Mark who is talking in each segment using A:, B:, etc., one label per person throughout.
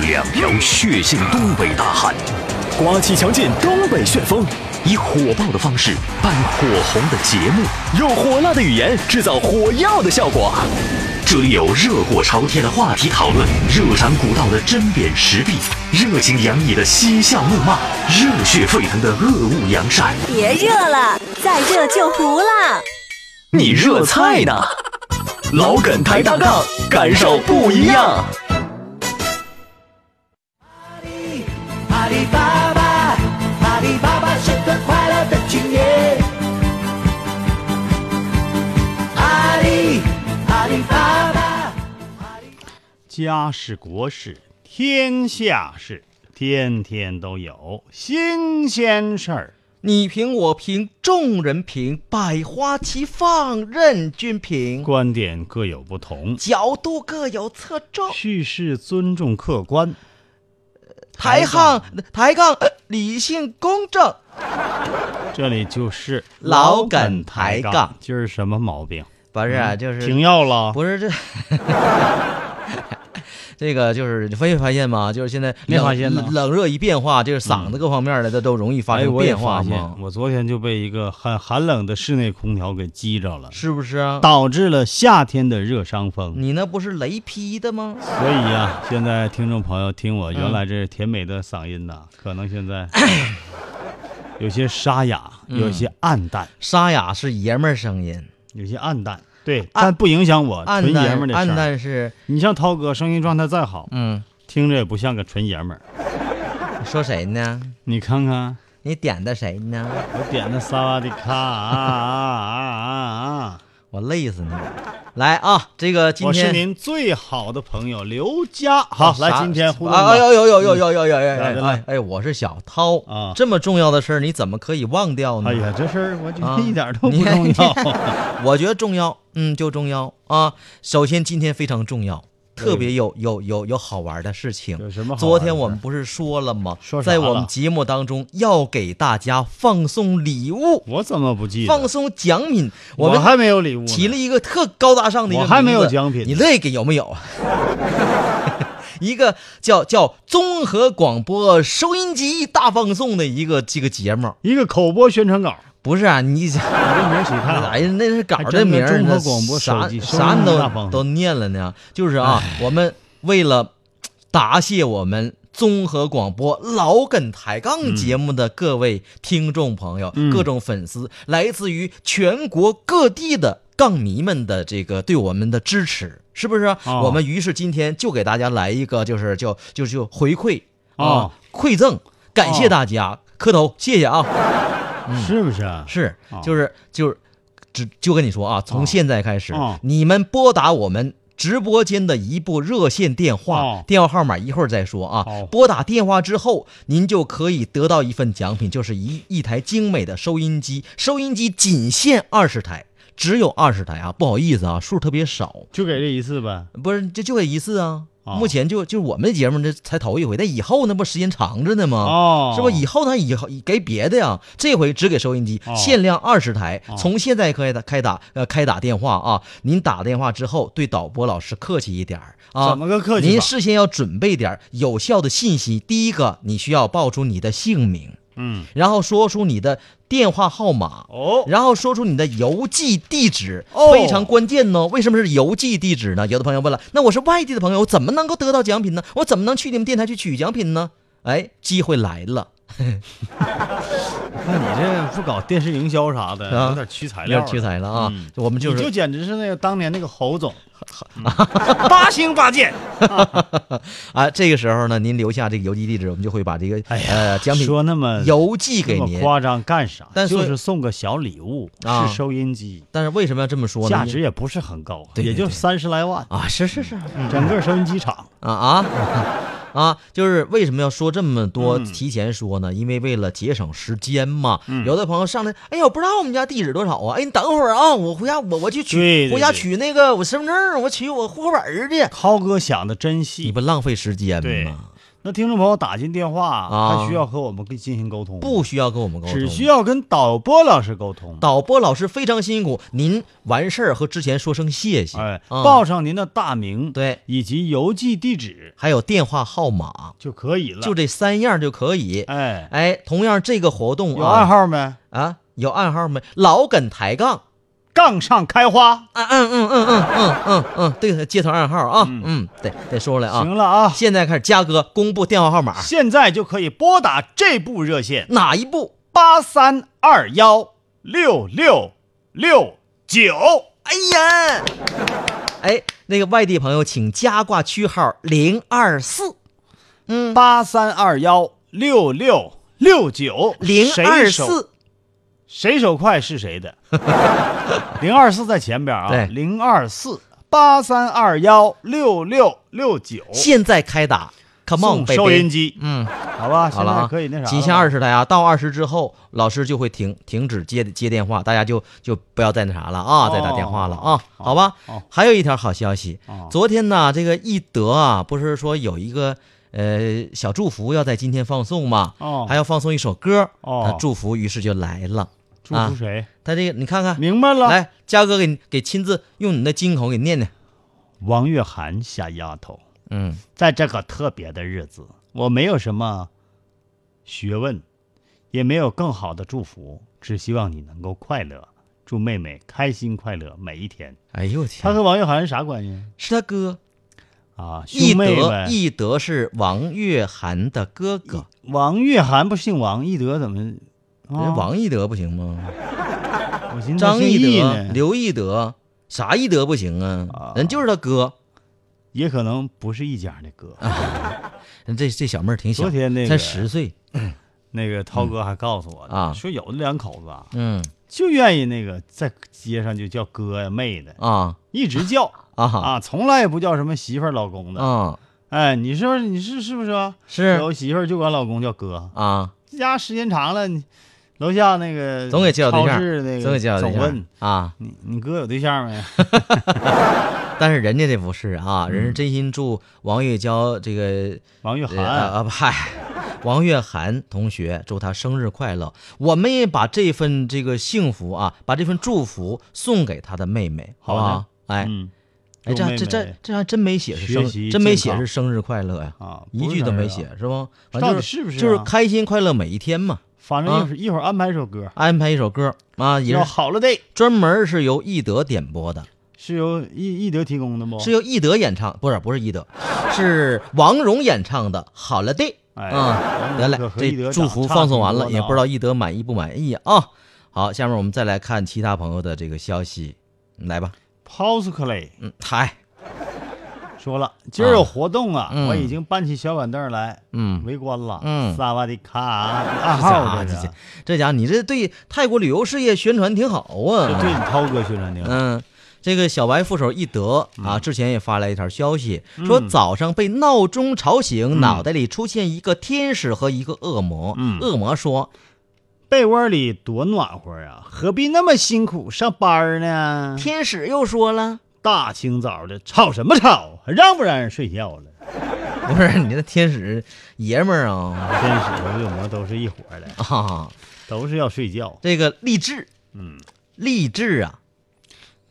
A: 两条血性东北大汉，
B: 刮起强劲东北旋风，
A: 以火爆的方式办火红的节目，
B: 用火辣的语言制造火药的效果。
A: 这里有热火朝天的话题讨论，热肠古道的针砭时弊，热情洋溢的嬉笑怒骂，热血沸腾的恶物扬善。
C: 别热了，再热就糊了。
B: 你热菜呢？老梗抬大杠，感受不一样。
D: 阿里巴巴，阿里巴巴是个快乐的青年。阿里，阿里巴巴。
E: 家事国事天下事，天天都有新鲜事儿。
F: 你评我评，众人评，百花齐放，任君评。
E: 观点各有不同，
F: 角度各有侧重，
E: 叙事尊重客观，
F: 抬杠抬杠、呃理性公正。
E: 这里就是
F: 老梗抬杠。
E: 今儿什么毛病？
F: 不是啊，就
E: 停
F: 是
E: 药了？
F: 不是这， 这个就是你发现发现吗？就是现在
E: 没
F: 冷
E: 发现呢
F: 冷冷热一变化，就是嗓子各方面的都都容易发
E: 哎，
F: 生
E: 我也
F: 变化
E: 发
F: 嘛
E: 现，，我昨天就被一个很寒冷的室内空调给激着了，
F: 是不是啊？
E: 导致了夏天的热伤风。
F: 你那不是雷劈的吗？
E: 所以呀、现在听众朋友听我原来这甜美的嗓音 呐、可能现在有些沙哑，
F: 嗯
E: 有些暗淡，
F: 沙哑是爷们儿声音，
E: 有些暗淡。对，
F: 暗
E: 但不影响我
F: 暗
E: 纯爷们儿
F: 淡
E: 的事儿。
F: 暗淡是
E: 你像涛哥，声音状态再好，
F: 嗯，
E: 听着也不像个纯爷们儿。
F: 你说谁呢？
E: 你看看，
F: 你点的谁呢？
E: 我点的萨瓦迪卡啊啊啊啊啊！
F: 我累死你了！来啊，这个今
E: 我是
F: 天啊
E: 您最好的朋友刘佳。好，来
F: 啥
E: 今天互动吧
F: 啊！哎呦呦呦呦呦呦呦！哎
E: 来来
F: 哎哎，我是小涛
E: 啊
F: 这么重要的事儿，你怎么可以忘掉呢？
E: 哎呀，这事儿我觉
F: 啊
E: 得一点都不重要。
F: 我觉得重要，嗯，就重要啊。首先，今天非常重要，特别有有有有好玩的事情。
E: 有什么好玩的
F: 昨天我们不是说了吗？
E: 说啥
F: 在我们
E: 了
F: 节目当中要给大家放送礼物，
E: 我怎么不记
F: 放
E: 得？
F: 送奖品。
E: 我
F: 们
E: 还没有礼物呢。
F: 起了一个特高大上的一个
E: 我还没有
F: 名字
E: 奖品呢
F: 你乐意给有没有？ 一个叫叫综合广播收音机大放送的一个这个节目，
E: 一个口播宣传稿，
F: 不是啊？你
E: 这名起
F: 哎
E: 太
F: 呀，那是稿
E: 啊还
F: 儿
E: 真
F: 名
E: 的
F: 儿，
E: 中国
F: 那
E: 广播
F: 啥
E: 手机收
F: 啥
E: 音
F: 你
E: 大哎放
F: 都
E: 送
F: 都念了呢。就是啊，我们为了答谢我们综合广播老梗抬杠节目的各位听众朋友、
E: 嗯
F: 各种粉丝，来自于全国各地的杠迷们的这个对我们的支持，是不是啊、
E: 哦
F: 我们于是今天就给大家来一个，就是叫就就回馈啊、
E: 哦
F: 馈赠，感谢大家，磕头，谢谢啊。
E: 了，是不是啊？
F: 是
E: 啊，
F: 就是就是，只就跟你说啊，从现在开始
E: 啊，
F: 你们拨打我们。直播间的一部热线电话
E: 哦，
F: 电话号码一会儿再说啊
E: 好。
F: 拨打电话之后，您就可以得到一份奖品，就是一一台精美的收音机。收音机仅限二十台，只有二十台啊，不好意思啊，数特别少。
E: 就给这一次呗。
F: 不是，这就这一次啊。
E: 哦
F: 目前就就我们节目这才头一回，但以后那不时间长着呢吗？
E: 哦
F: 啊是不？以后呢？以后给别的呀，这回只给收音机，
E: 哦
F: 限量二十台，
E: 哦
F: 从现在开打开打呃开打电话啊！您打电话之后对导播老师客气一点儿啊，
E: 怎么个客气法
F: 您事先要准备点儿有效的信息。第一个，你需要报出你的姓名，
E: 嗯，
F: 然后说出你的电话号码，
E: 哦，
F: 然后说出你的邮寄地址，
E: 哦
F: 非常关键呢。为什么是邮寄地址呢？有的朋友问了，那我是外地的朋友，我怎么能够得到奖品呢？我怎么能去你们电台去取奖品呢？哎，机会来了，
E: 那你这不搞电视营销啥的，
F: 啊
E: 有点屈材
F: 有
E: 料了，
F: 点屈才了啊！
E: 嗯
F: 我们就
E: 你
F: 是
E: 就简直是那个当年那个侯总，嗯八星八剑。
F: 啊，这个时候呢，您留下这个邮寄地址，我们就会把这个、
E: 哎呀
F: 呃奖品
E: 说那么
F: 邮寄给
E: 那
F: 您
E: 么。夸张干啥？
F: 但是
E: 就是送个小礼物，
F: 啊
E: 是收音机，
F: 但是为什么要这么说呢？
E: 价值也不是很高，啊
F: 对对
E: 也就
F: 对
E: 三十来万，
F: 啊，是是是，
E: 整个收音机厂。
F: 啊啊啊！就是为什么要说这么多？
E: 嗯
F: 提前说呢？因为为了节省时间嘛。有的朋友上来，哎呀，我不知道我们家地址多少啊！哎，你等会儿啊，我回家我我去取
E: 对对
F: 回家
E: 对
F: 取那个我身份证儿，我取我户口本儿去。
E: 涛哥想的真
F: 你
E: 细，
F: 不浪费时间
E: 对
F: 吗？
E: 那听众朋友打进电话，
F: 啊
E: 他需要和我们进行沟通，
F: 不，需要跟我们沟通，
E: 只需要跟导播老师沟通。
F: 导播老师非常辛苦，您完事儿和之前说声谢谢，
E: 哎，
F: 嗯
E: 报上您的大名，
F: 对
E: 以及邮寄地址
F: 还有电话号码，
E: 就可以了。
F: 就这三样就可以。
E: 哎，
F: 哎，同样这个活动
E: 有
F: 啊，
E: 暗号没？
F: 啊，有暗号没？老梗抬杠，
E: 杠上开花。
F: 啊嗯嗯嗯嗯嗯嗯嗯，对，接头暗号啊，嗯，得得说出来啊。
E: 行了啊，
F: 现在开始，嘉哥公布电话号码，
E: 现在就可以拨打这部热线
F: 哪一部？
E: 八三二幺六六六九。
F: 哎呀，哎，那个外地朋友请加挂区号零二四。
E: 八三二幺六六六九
F: 零二，
E: 谁手
F: 四，
E: 谁手快是谁 的。零二四在前边啊，
F: 对
E: 零二四八三二幺六六六九，
F: 现在开打，Come on，
E: 送
F: baby
E: 收音机，
F: 嗯，
E: 好 吧，
F: 好
E: 现
F: 了
E: 在
F: 啊，
E: 可以那啥了吧，
F: 仅限二十台啊，到二十之后，老师就会停停止接接电话，大家就就不要再那啥了啊，
E: 哦
F: 再打电话了啊，好吧
E: 哦。
F: 还有一条好消息
E: 哦，
F: 昨天呢，这个易德啊，不是说有一个呃小祝福要在今天放送嘛，
E: 哦
F: 还要放送一首歌，
E: 哦
F: 他祝福于是就来了，
E: 祝
F: 啊
E: 福谁？
F: 他这个你看看，
E: 明白了，
F: 来，嘉哥给你给亲自用你的金口给念念，
E: 王月涵小丫头，
F: 嗯，
E: 在这个特别的日子，我没有什么学问，也没有更好的祝福，只希望你能够快乐，祝妹妹开心快乐每一天。
F: 哎呦我天
E: 他，和王月涵啥关系
F: 是他哥。
E: 啊？
F: 易
E: 兄妹
F: 德，
E: 呗。
F: 易德是王月涵的哥哥，
E: 王月涵不姓王，易德怎么？啊
F: 人，王易德不行吗？
E: 哦我寻思他
F: 张
E: 姓
F: 易
E: 易
F: 德、
E: 呢，
F: 刘易德，啥易德不行啊？人就是他哥，
E: 也可能不是一家的哥。
F: 啊人嗯这这小妹儿挺小，
E: 昨天那个
F: 才十岁，
E: 那个涛哥还告诉我
F: 啊
E: 说有的两口子啊，
F: 嗯
E: 就愿意那个在街上就叫哥呀妹的，
F: 啊
E: 一直叫
F: 啊
E: 啊，从来也不叫什么媳妇儿老公的。
F: 啊
E: 哎，你是不是你是是不是啊？
F: 是
E: 有媳妇儿就管老公叫哥，
F: 啊，
E: 这家时间长了，你楼下那个
F: 总给介绍对
E: 超
F: 象
E: 市那，个
F: 总给介绍对
E: 总
F: 象
E: 问
F: 啊。
E: 你你哥有对象 没？
F: 但是人家这不是啊，人是
E: 嗯
F: 真心祝王月娇这个
E: 王玉涵、
F: 呃啊啊不嗨，王月涵同学，祝他生日快乐！我们也把这份这个幸福啊，把这份祝福送给他的妹妹，好不
E: 好
F: 好
E: 的？
F: 哎、
E: 嗯，
F: 哎，这
E: 祝
F: 还
E: 妹
F: 这这
E: 妹
F: 这还真没写是
E: 学
F: 生，
E: 习
F: 真没
E: 健
F: 写
E: 康
F: 是生日快乐呀、
E: 啊
F: 一
E: 不是
F: 句都
E: 生日
F: 没
E: 啊
F: 写是不？反
E: 到
F: 正就
E: 底
F: 是
E: 是不是
F: 就是
E: 啊
F: 开心快乐每一天嘛。
E: 反正
F: 啊
E: 一会儿一会儿安排一首歌，
F: 安排一首歌啊，也
E: 叫《
F: 是
E: 好了 day》，
F: 专门是由易德点播的，
E: 是由易易德提供的不？
F: 是由易德演唱，不是不是易德，是王蓉演唱的《好了 day》。
E: 哎
F: 啊，得
E: 王蓉
F: 嘞
E: 可，和易
F: 这
E: 德
F: 祝
E: 长
F: 福
E: 差
F: 放
E: 挺
F: 送完了，
E: 多
F: 也
E: 的
F: 不知
E: 啊
F: 道易德满意不满意啊。好，下面我们再来看其他朋友的这个消息，来吧。
E: Postclay
F: 嗯，嗨，
E: 说了，今儿有活动啊，
F: 嗯
E: 我已经搬起小板凳来，
F: 嗯
E: 围观了，
F: 嗯啊
E: 萨瓦迪卡，暗
F: 这家
E: 号
F: 伙
E: 这是，
F: 这家伙你这对泰国旅游事业宣传挺好
E: 这对
F: 啊。
E: 你涛哥宣传挺好，
F: 嗯，这个小白副手易德
E: 嗯
F: 啊，之前也发来一条消息，说早上被闹钟吵醒，脑袋里出现一个天使和一个恶魔。
E: 嗯
F: 恶魔说
E: 被窝里多暖和啊，何必那么辛苦上班呢？
F: 天使又说了，
E: 大清早的吵什么吵，还让不让人睡觉了？
F: 不是你这天使爷们儿啊
E: 天使和恶魔都是一伙的，
F: 啊，
E: 都是要睡觉，
F: 这个励志。
E: 嗯，
F: 励志啊，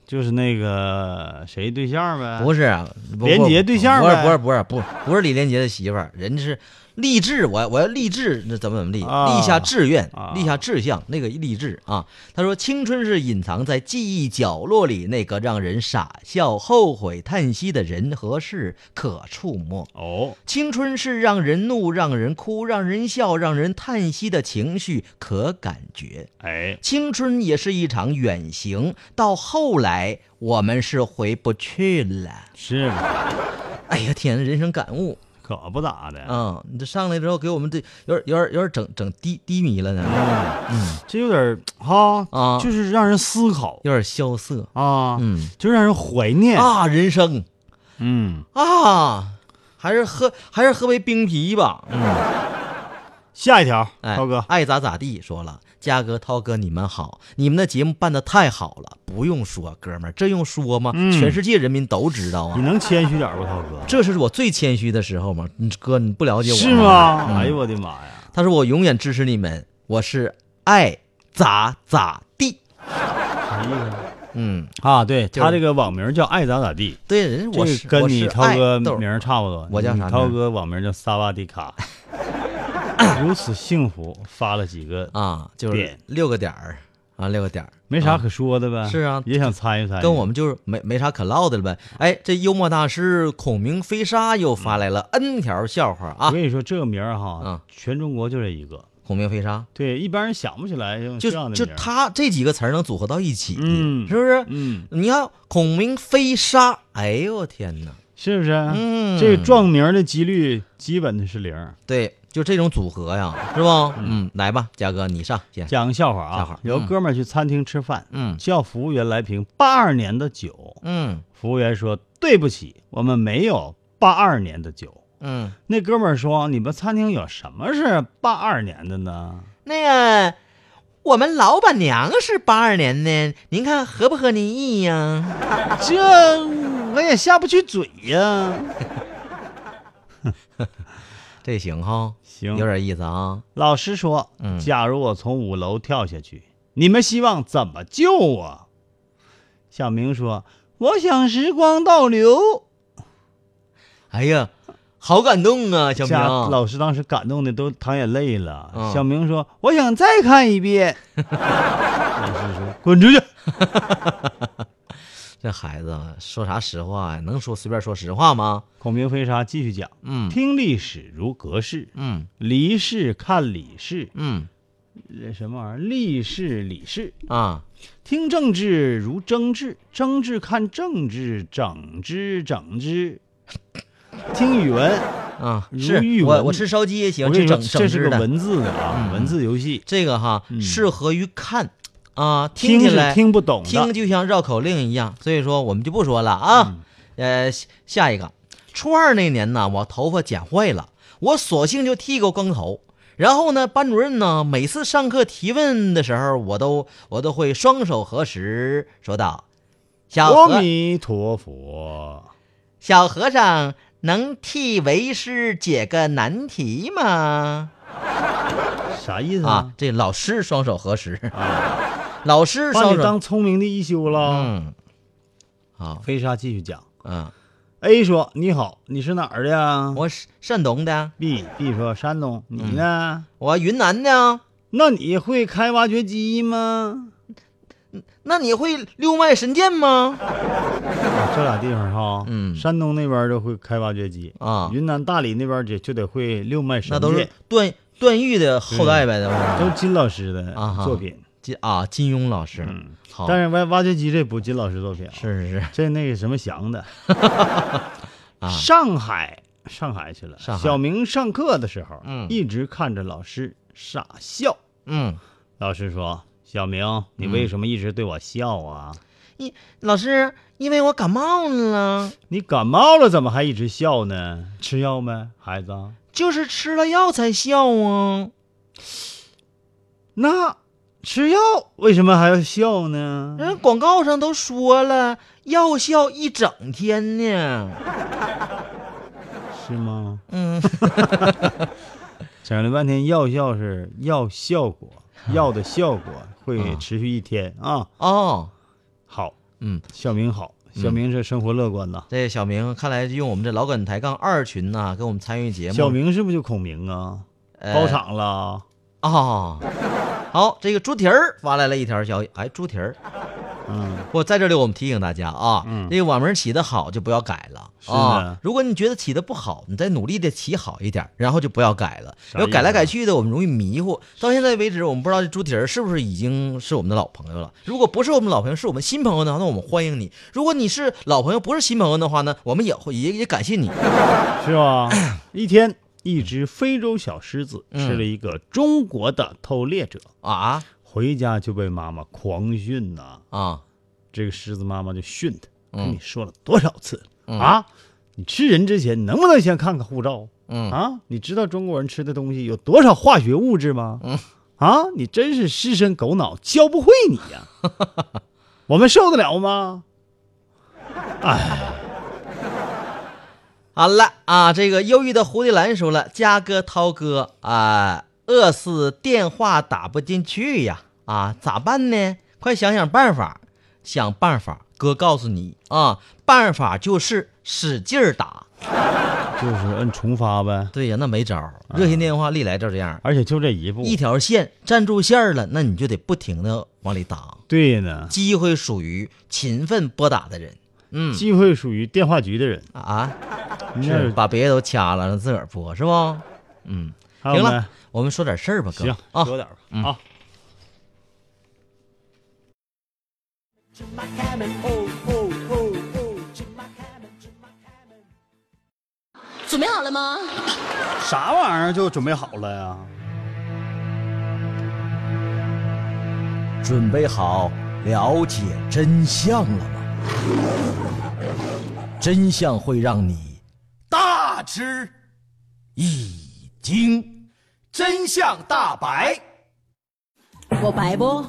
E: 就是那个谁对象呗，
F: 不是啊，不
E: 连
F: 不
E: 杰对象
F: 不是
E: 呗
F: 不是不是不不是李连杰的媳妇儿，人家是励志，我我要励志，那怎么怎么立，
E: 啊
F: 立下志愿
E: 啊，
F: 立下志向，那个励志啊。他说，青春是隐藏在记忆角落里那个让人傻笑、后悔、叹息的人和事可触摸。
E: 哦，
F: 青春是让人怒、让人哭、让人笑、让人叹息的情绪可感觉。
E: 哎，
F: 青春也是一场远行，到后来我们是回不去了。
E: 是吧
F: 哎呀天，人生感悟
E: 可不咋的，
F: 啊、你这上来之后给我们这有点有点有点整整低低迷了呢，
E: 这有点儿哈
F: 啊
E: 就是让人思考
F: 有点萧瑟。
E: 啊，哎
F: 嗯
E: 就让人怀念，
F: 啊，人生
E: 嗯，
F: 啊，还是喝还是喝杯冰啤吧。嗯
E: 下一条，
F: 哎，
E: 涛哥，
F: 爱咋咋地说了，嘉哥、涛哥，你们好，你们的节目办的太好了，不用说，哥们儿，这用说吗？
E: 嗯
F: 全世界人民都知道
E: 你
F: 啊。
E: 能谦虚点儿不，涛哥？
F: 这是我最谦虚的时候吗？你哥，你不了解我
E: 是吗？
F: 嗯
E: 哎呦我的妈呀！
F: 他说我永远支持你们，我是爱咋咋地。
E: 啥意思
F: 嗯，
E: 哎啊？对
F: 就是
E: 他这个网名叫爱咋咋地，
F: 对，人家
E: 这
F: 我
E: 个
F: 是
E: 跟
F: 我
E: 你
F: 是
E: 涛哥
F: 爱豆
E: 名儿差不多。
F: 我叫
E: 你
F: 啥名
E: 涛哥网名叫萨瓦迪 卡。如此幸福，发了几个，
F: 啊，就是
E: 点
F: 六个点儿啊，六个点儿。
E: 没啥可说的呗。
F: 是啊
E: 也想参与参与。
F: 跟我们就是没没啥可唠的了呗。哎，这幽默大师孔明飞沙又发来了 N 条笑话
E: 我
F: 啊！
E: 跟你说，这个名儿哈
F: 嗯，
E: 全中国就这一个。
F: 孔明飞沙，
E: 对，一般人想不起来用
F: 就
E: 嗯这样的
F: 就
E: 名儿。
F: 他这几个词儿能组合到一起，
E: 嗯
F: 是不是？
E: 嗯，
F: 你看孔明飞沙，哎呦我天哪！
E: 是不是？
F: 嗯
E: 这个撞名儿的几率基本的是零。
F: 对，就这种组合呀，是吧？嗯，来吧，嘉哥，你上先。
E: 讲个笑话啊，
F: 笑话
E: 有个哥们儿去餐厅吃饭，
F: 嗯
E: 叫服务员来瓶八二年的酒，
F: 嗯
E: 服务员说对不起，我们没有八二年的酒。
F: 嗯，
E: 那哥们儿说：“你们餐厅有什么是八二年的呢
F: 那个我们老板娘是八二年的，您看合不合您意呀？？”
E: 这我也下不去嘴呀。
F: 这行哈，
E: 行
F: 有点意思啊。
E: 老师说
F: 嗯：“
E: 假如我从五楼跳下去，你们希望怎么救我？”小明说：“我想时光倒流。
F: 哎呀，好感动啊，”小明
E: 家
F: 啊。
E: 老师当时感动的都淌眼泪了。
F: 嗯
E: 小明说：“我想再看一 遍。”老师说：“滚出去！”
F: 这孩子啊说啥实话呀？能说随便说实话吗？
E: 孔明飞沙继续讲：“
F: 嗯
E: 听历史如隔世，
F: 嗯
E: 离世看李氏，
F: 嗯
E: 这什么玩意儿？历世李氏。
F: 啊，
E: 听政治如争治，争治看政治，整治整治。听语文，
F: 啊，
E: 如
F: 是
E: 玉
F: 我
E: 文
F: 我吃烧鸡也喜
E: 我
F: 欢
E: 跟
F: 吃
E: 你说，
F: 整
E: 这是
F: 整只
E: 个
F: 的。嗯
E: 文字的啊，文字游戏，
F: 这个哈、
E: 嗯
F: 适合于看啊，
E: 听
F: 起
E: 是
F: 来
E: 听不懂
F: 听
E: 的。
F: 就像绕口令一样，所以说我们就不说了
E: 嗯
F: 啊。呃，下下一个，初二那年呢，我头发剪坏了，我索性就剃个光头。然后呢，班主任呢，每次上课提问的时候，我都我都会双手合十，说道：“小
E: 阿
F: 和
E: 弥陀佛，
F: 小和尚能替为师解个难题吗？”
E: 啥意思
F: 啊
E: 啊？，
F: 这老师双手合十，老师
E: 把
F: 双
E: 你
F: 手，
E: 当聪啊明的一休了。
F: 嗯，好，
E: 飞沙继续讲
F: 嗯，
E: ，A 说：“你好，你是哪儿的呀
F: 我是山东的。
E: ？”B B 说：“山东。”你呢？
F: 我云南的，
E: 那你会开挖掘机吗？
F: 那你会六脉神剑吗？
E: 啊，这俩地方哈，
F: 嗯
E: 山东那边就会开挖掘机
F: 啊
E: 云南大理那边就就得会六脉神
F: 那都是
E: 剑，
F: 段段誉的后代呗，都是
E: 都是金老师的
F: 啊哈
E: 作品。
F: 金啊金庸老师，
E: 嗯
F: 好，
E: 但是挖挖掘机这不金老师作品啊，
F: 是是是，
E: 这那个什么祥的，
F: 啊
E: 上海上海去了。
F: 上海
E: 小明上课的时候，
F: 嗯
E: 一直看着老师傻笑。
F: 嗯，
E: 老师说：“小明，你为什么一直对我笑啊？
F: 一老师，因为我感冒了，
E: 你感冒了怎么还一直笑呢？吃药没，孩子？”
F: 就是吃了药才笑啊。
E: 那吃药为什么还要笑呢？
F: 人广告上都说了，药效一整天呢。
E: 是吗？
F: 嗯，
E: 整了半天药效是药效果，药的效 果
F: 嗯
E: 会持续一天啊。
F: 哦，
E: 好，
F: 嗯，
E: 小明好，小明是生活乐观呐。
F: 这小明看来用我们这老梗抬杠二群呐、跟我们参与节目。呃
E: 小明是不是就孔明啊？包场了，
F: 啊、好，这个猪蹄儿发来了一条消息，哎，猪蹄儿，
E: 嗯，
F: 我在这里我们提醒大家啊，
E: 嗯
F: 这个网名起的好就不要改了
E: 是的
F: 啊。如果你觉得起的不好，你再努力的起好一点，然后就不要改了。
E: 啥意思啊
F: 要改来改去的，我们容易迷糊。到现在为止，我们不知道这猪蹄儿是不是已经是我们的老朋友了。如果不是我们老朋友，是我们新朋友的话，那我们欢迎你；如果你是老朋友，不是新朋友的话呢，我们也会也也感谢你。
E: 是 吧？一天，一只非洲小狮子
F: 嗯
E: 吃了一个中国的偷猎者，
F: 啊
E: 回家就被妈妈狂训呐。
F: 啊，
E: 这个狮子妈妈就训他，
F: 嗯
E: 嗯跟你说了多少次了、啊？你吃人之前能不能先看看护照？
F: 嗯
E: 啊，你知道中国人吃的东西有多少化学物质吗？啊，你真是狮身狗脑，教不会你 呀、我们受得了吗？
F: 好了啊，这个忧郁的蝴蝶兰说了，嘉哥、涛哥啊，饿死电话打不进去呀，啊，咋办呢？快想想办法，想办法，哥告诉你啊，办法就是使劲儿打。
E: 就是摁重发呗，
F: 对呀，那没招儿，热线电话历来都这样，
E: 而且就这一步。
F: 一条线站住线儿了，那你就得不停的往里打，
E: 对呢，
F: 机会属于勤奋拨打的人。嗯
E: 机会属于电话局的人。
F: 啊，
E: 那
F: 是把别的都掐了，让自个儿播是不？嗯。
E: 还有
F: 行
E: 呢
F: 了，，我们说点事儿吧，哥
E: 行，
F: 啊，
E: 说点吧
F: 嗯
E: 啊。
C: 准备好了吗？
E: 啥玩意儿就准备好了呀？
B: 准备好了解真相了吗？真相会让你大吃一惊，真相大白。
C: 我白不？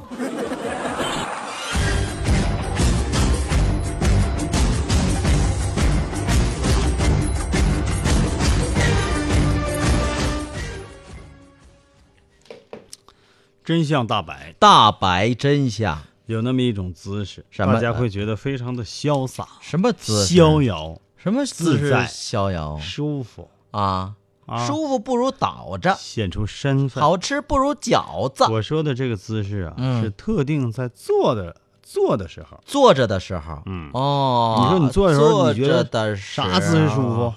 E: 真相大白，
F: 大白真相，
E: 有那么一种姿势，
F: 什么
E: 大家会觉得非常的潇洒、
F: 什么姿势？哦
E: 逍遥、
F: 什么姿
E: 自
F: 势
E: 在
F: 逍遥
E: 舒服，
F: 啊？
E: 啊
F: 舒服不如倒着，
E: 显出身份。
F: 好吃不如饺子。
E: 我说的这个姿势啊，
F: 嗯
E: 是特定在坐的坐的时候，
F: 坐着的时候，
E: 嗯
F: 哦，
E: 你说你坐的时候你觉得
F: 坐着的时候
E: 啥姿势舒服？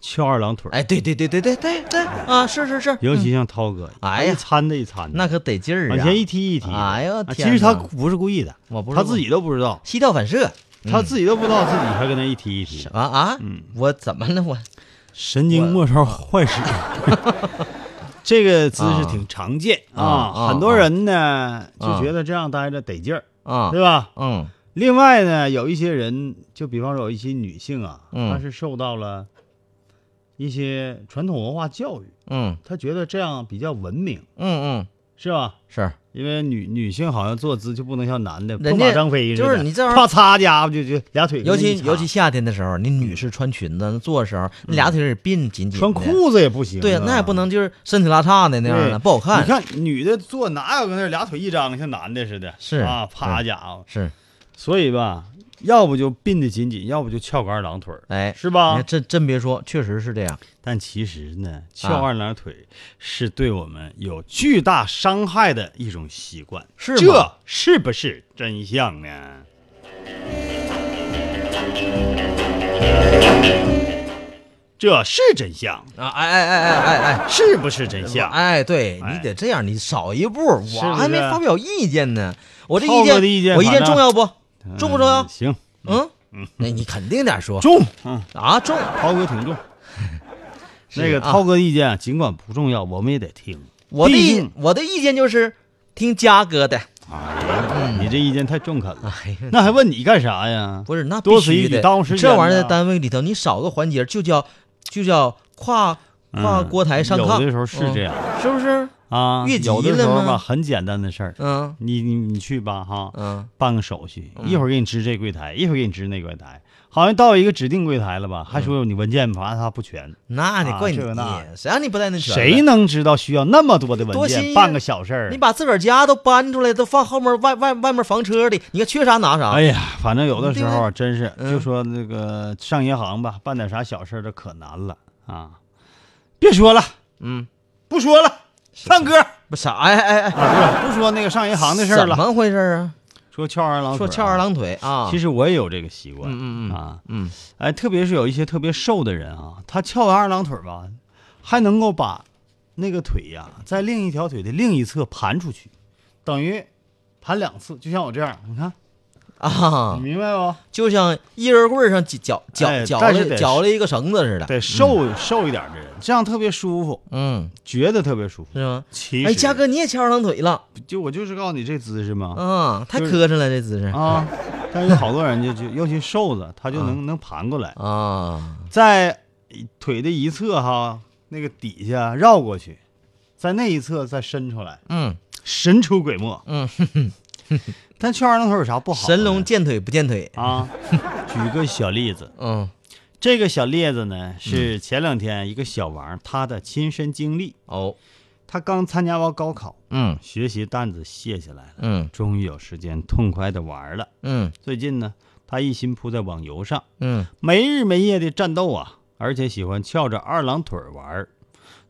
E: 翘二郎腿儿，
F: 哎，对对对对对对对啊，是是是，
E: 尤其
F: 嗯
E: 像涛哥，
F: 哎呀
E: 一掺的一掺的，
F: 那可得劲儿啊，
E: 往前一踢一踢。
F: 哎呦
E: 啊其
F: 天
E: 实他
F: 哪
E: 不是故意的，
F: 我不是
E: 他
F: 故嗯
E: 自己都不知道，
F: 膝跳反射，
E: 他自己嗯都不知道自己还跟那一踢一踢，
F: 啊啊，我怎么了我？
E: 神经末梢坏 死。这个姿势挺常见
F: 啊啊
E: 很多人呢就
F: 啊
E: 觉得这样待着得劲儿，
F: 啊
E: 对吧？
F: 嗯
E: 另外呢，有一些人，就比方说有一些女性啊，
F: 嗯
E: 她是受到了一些传统文化教育，
F: 嗯
E: 她觉得这样比较文明，
F: 嗯嗯，
E: 是吧？
F: 是
E: 因为女女性好像坐姿就不能像男的
F: 人家
E: 泼马张飞似的，
F: 就是你这玩意儿
E: 啪嚓家伙就就俩腿跟
F: 尤
E: 那一啊
F: 其
E: 插，
F: 尤其夏天的时候，你女士穿裙子坐的时候，那俩腿儿并紧紧的，
E: 穿裤子也不行啊，
F: 对呀，那也不能就是身体拉叉的那
E: 对
F: 样的，不好看。
E: 你看女的坐哪有跟那俩腿一张像男的似的，
F: 是
E: 啊，啪
F: 对
E: 家伙，
F: 是，
E: 所以吧，要不就并得紧紧，要不就翘个二郎腿儿，
F: 哎，
E: 是吧？
F: 你看啊真真别说，确实是这样。
E: 但其实呢，翘二郎腿是对我们有巨大伤害的一种习惯，
F: 是吗
E: 这是不是真相呢？这是真相，
F: 啊，哎哎哎哎哎哎。
E: 是不是真相？
F: 哎，对
E: 哎
F: 你得这样，你少一步，
E: 是
F: 我
E: 不
F: 还没
E: 是
F: 发表意见呢。我这
E: 涛
F: 意
E: 哥的意见
F: 我意见
E: 反正
F: 重要不？
E: 嗯
F: 重不重要？
E: 行，
F: 嗯，那你肯定点说
E: 重。嗯，
F: 啊，重。
E: 涛哥 挺重。
F: 是
E: 那个
F: 啊
E: 涛哥的意见啊尽管不重要，我们也得听。
F: 我的
E: 毕
F: 意
E: 竟
F: 我的意见就是听嘉哥的。
E: 你这意见太中肯 了，
F: 哎呀，
E: 那还问你干啥呀？
F: 嗯不是，那
E: 多
F: 必
E: 此一
F: 须
E: 举
F: 的。
E: 耽误时间
F: 这玩意儿在
E: 呢
F: 单位里头，你少个环节就叫就叫跨跨
E: 嗯
F: 锅台上炕。
E: 有的时候是这样，
F: 嗯，是不是？
E: 啊，
F: 越级
E: 有的时候
F: 了
E: 吧，
F: 吗
E: 很简单的事儿，
F: 嗯
E: 你你你去吧哈，
F: 嗯，
E: 办个手续，一会儿给你支这柜台，一会儿给你支那柜台，好像到一个指定柜台
F: 嗯
E: 了吧，还说你文件查查不全，
F: 那得
E: 啊
F: 怪你
E: 这个那，
F: 谁让你不带啊那权？
E: 谁？能知道需要那么多的文
F: 多新
E: 件
F: 鲜
E: 办个小事儿
F: 你？把自个儿家都搬出来，都放后面外外外面房车里，你看缺啥拿啥。
E: 哎呀，反正有的时候啊，
F: 对
E: 真是
F: 嗯
E: 就说那个上银行吧，办点啥小事儿这可难了啊！别说了，
F: 嗯，
E: 不说了，唱歌啊，
F: 不啥哎哎哎，
E: 不是不说那个上银行的事儿
F: 怎
E: 了，
F: 么回事啊？
E: 说翘二郎腿儿啊，
F: 说翘二郎腿啊？
E: 其
F: 实
E: 实我也有这个习惯，
F: 嗯嗯嗯
E: 啊，
F: 嗯，
E: 哎，特别是有一些特别瘦的人啊，他翘完二郎腿吧，还能够把那个腿呀、在另一条腿的另一侧盘出去，等于盘两次，就像我这样，你看
F: 啊
E: 你，明白不？
F: 就像一根棍儿上绞绞绞
E: 哎
F: 绞
E: 但是
F: 了
E: 得
F: 绞了一个绳子似的，
E: 得瘦瘦一点的人，这样特别舒服，
F: 嗯，
E: 觉得特别舒服。
F: 是吗？
E: 其实，
F: 哎，嘉，哥你也翘上腿了
E: 就我就是告诉你这姿势嘛，
F: 啊，太
E: 就是
F: 磕碜了这姿势
E: 啊，但是好多人就就尤其瘦子，他就
F: 嗯
E: 能能盘过来，
F: 啊，
E: 在腿的一侧哈那个底下绕过去，在那一侧再伸出来，
F: 嗯，
E: 神出鬼没。
F: 嗯，
E: 但翘二郎腿有啥不好呢？哎
F: 神龙见腿不见腿，
E: 啊，举个小例子，
F: 嗯，
E: 这个小例子呢是前两天一个小王他的亲身经历，
F: 哦，
E: 他刚参加完高考，
F: 嗯
E: 学习担子卸下来了，
F: 嗯
E: 终于有时间痛快的玩了。
F: 嗯
E: 最近呢，他一心扑在网游上，
F: 嗯
E: 没日没夜的战斗啊，而且喜欢翘着二郎腿玩儿。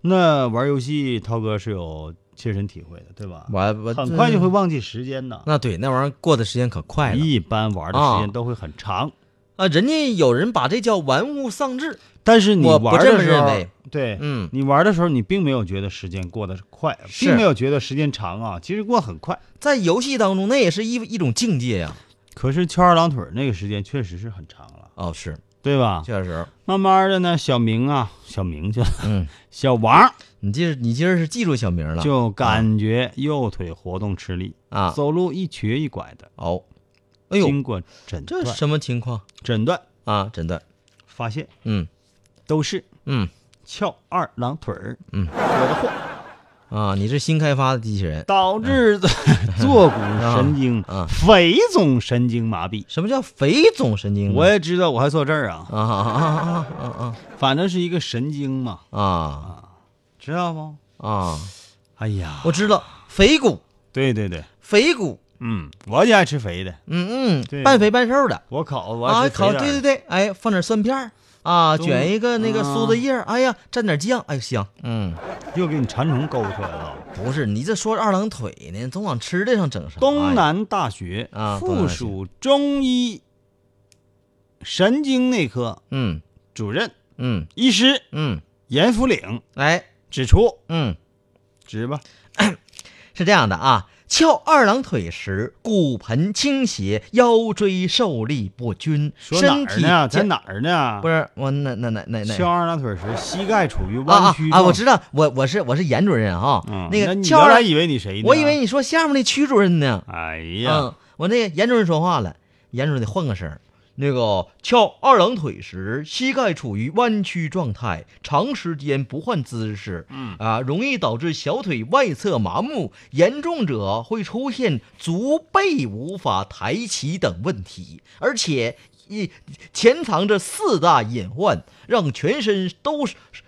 E: 那玩游戏，涛哥是有切身体会的，对吧？
F: 我我
E: 很快就会忘记时间的，
F: 那对那玩意儿过的时间可快了
E: 一般玩的时间都会很长。
F: 啊，人家有人把这叫玩物丧志，
E: 但是你
F: 我不
E: 玩
F: 这
E: 的
F: 么
E: 时
F: 认
E: 候
F: 为，
E: 对，
F: 嗯
E: 你玩的时候，你并没有觉得时间过得快，
F: 是
E: 并没有觉得时间长啊，其实过得很快。
F: 在游戏当中那也是一一种境界呀，
E: 可是翘二郎腿儿那个时间确实是很长了，
F: 哦是，
E: 对吧？
F: 确实，
E: 慢慢的呢，小明啊，小明去了，
F: 嗯，
E: 小王
F: 你这你今儿是记住小名了，
E: 就感觉右腿活动吃力
F: 啊
E: 走路一瘸一拐的。
F: 哦，哎呦，
E: 经过诊
F: 这
E: 断，
F: 什么情况
E: 诊断
F: 啊？诊断，
E: 发现
F: 嗯
E: 都是
F: 嗯
E: 翘二郎腿儿，
F: 啊，你是新开发的机器人。
E: 导致 坐骨神经
F: 啊啊
E: 肥总神经麻痹。
F: 什么叫肥总神经啊？
E: 我也知道，我还坐这儿啊，
F: 啊啊啊啊
E: 反正是一个神经嘛，
F: 啊啊
E: 知道不？
F: 啊啊！
E: 哎呀，
F: 我知道，肥骨，
E: 对对对，
F: 肥骨，
E: 嗯，我就爱吃肥的，
F: 嗯
E: 对
F: 嗯，半肥半瘦的
E: 我烤我
F: 啊，
E: 爱吃肥
F: 烤，
E: 点儿
F: 对对对，哎，放点蒜片儿啊，
E: 中
F: 卷一个那个
E: 啊
F: 苏子叶儿，哎呀，蘸点酱，哎香，嗯，
E: 又给你馋虫勾出来了。
F: 不是，你这说二郎腿呢，总往吃的上整啥？
E: 东南大学
F: 啊东南
E: 附
F: 大学
E: 属中医神经内科
F: 嗯
E: 主任
F: 嗯
E: 医师
F: 嗯，
E: 严福岭
F: 哎，
E: 指出，
F: 嗯，
E: 指吧，
F: 是这样的啊，翘二郎腿时，骨盆倾斜，腰椎受力不均，
E: 说哪
F: 身
E: 儿
F: 体
E: 呢？在
F: 健
E: 哪儿呢？
F: 不是我哪哪哪哪哪
E: 翘二郎腿时，膝盖处于
F: 啊
E: 弯
F: 啊
E: 曲
F: 啊！我
E: 状
F: 知道，我我是我是严主任啊，
E: 嗯
F: 那个
E: 你
F: 翘
E: 原
F: 二
E: 来以为你谁呢？
F: 我以为你说下面那区主任呢。
E: 哎呀，
F: 嗯，我那个严主任说话了，严主任得换个声儿。那个翘二郎腿时，膝盖处于弯曲状态，长时间不换姿势，嗯啊，容易导致小腿外侧麻木，严重者会出现足背无法抬起等问题，而且一潜藏着四大隐患，让全身都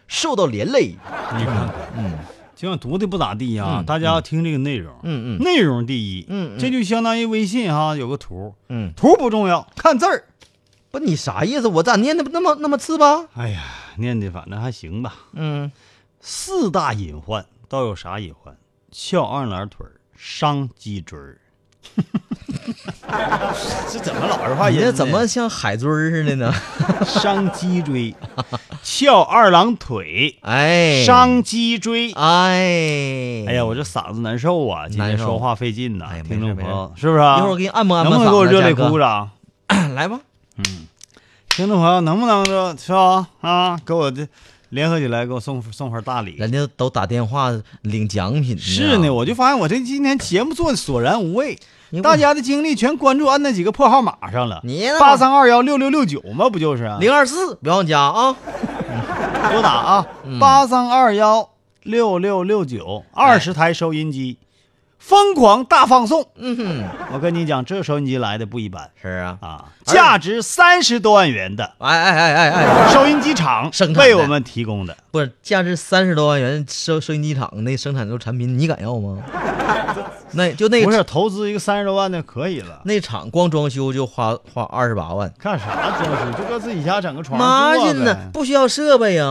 F: 受到连累。
E: 你看看，嗯，今晚读的不咋地啊，
F: 嗯
E: 大家要听这个内容，
F: 嗯嗯
E: 内容第一，
F: 嗯嗯
E: 这就相当于微信哈，有个图，
F: 嗯，
E: 图不重要，看字儿。
F: 不，你啥意思？我咋念的那么那么次吧？
E: 哎呀，念的反正还行吧。
F: 嗯
E: 四大隐患都有啥隐患？翘二郎腿儿，伤脊椎 儿。这怎么老是
F: 你这怎么像海尊儿似的呢？
E: 伤脊椎？翘二郎腿，
F: 哎，
E: 伤脊椎。
F: 哎，
E: 哎呀， 我这嗓子难受啊，今天
F: 难受
E: 说话费劲呐、
F: 哎呀
E: 听众
F: 没
E: 朋
F: 事
E: 友是不是啊、
F: 一会儿给你按摩按摩
E: 能不能给我热泪
F: 嗓子
E: 哭了？
F: 来吧，
E: 听众朋友，能不能说是吧？啊，给我这联合起来，给我送送份大礼。
F: 人家都打电话领奖品
E: 是呢，
F: 呢，
E: 我就发现我这今天节目做的索然无味
F: 你，
E: 大家的精力全关注按那几个破号码上了，
F: 你呢
E: 八三二幺六六六九吗？不就是啊？
F: 零二四不要加啊，
E: 给我打啊，
F: 嗯
E: 八三二幺六六六九，二十台收音机，疯狂大放送。
F: 嗯哼，
E: 我跟你讲，这收音机来的不一般
F: 是啊，
E: 啊，价值三十多万元的
F: 哎哎哎哎哎，
E: 收音机厂
F: 生产的
E: 为我们提供的，
F: 不是价值三十多万元收收音机厂那生产出产品，你敢 要吗？那就那
E: 不是投资一个三十多万的可以了。
F: 那厂光装修就花花二十八万，
E: 干啥装修？就搁自己家整个床
F: 妈
E: 上坐
F: 去
E: 呗
F: 呢，不需要设备呀。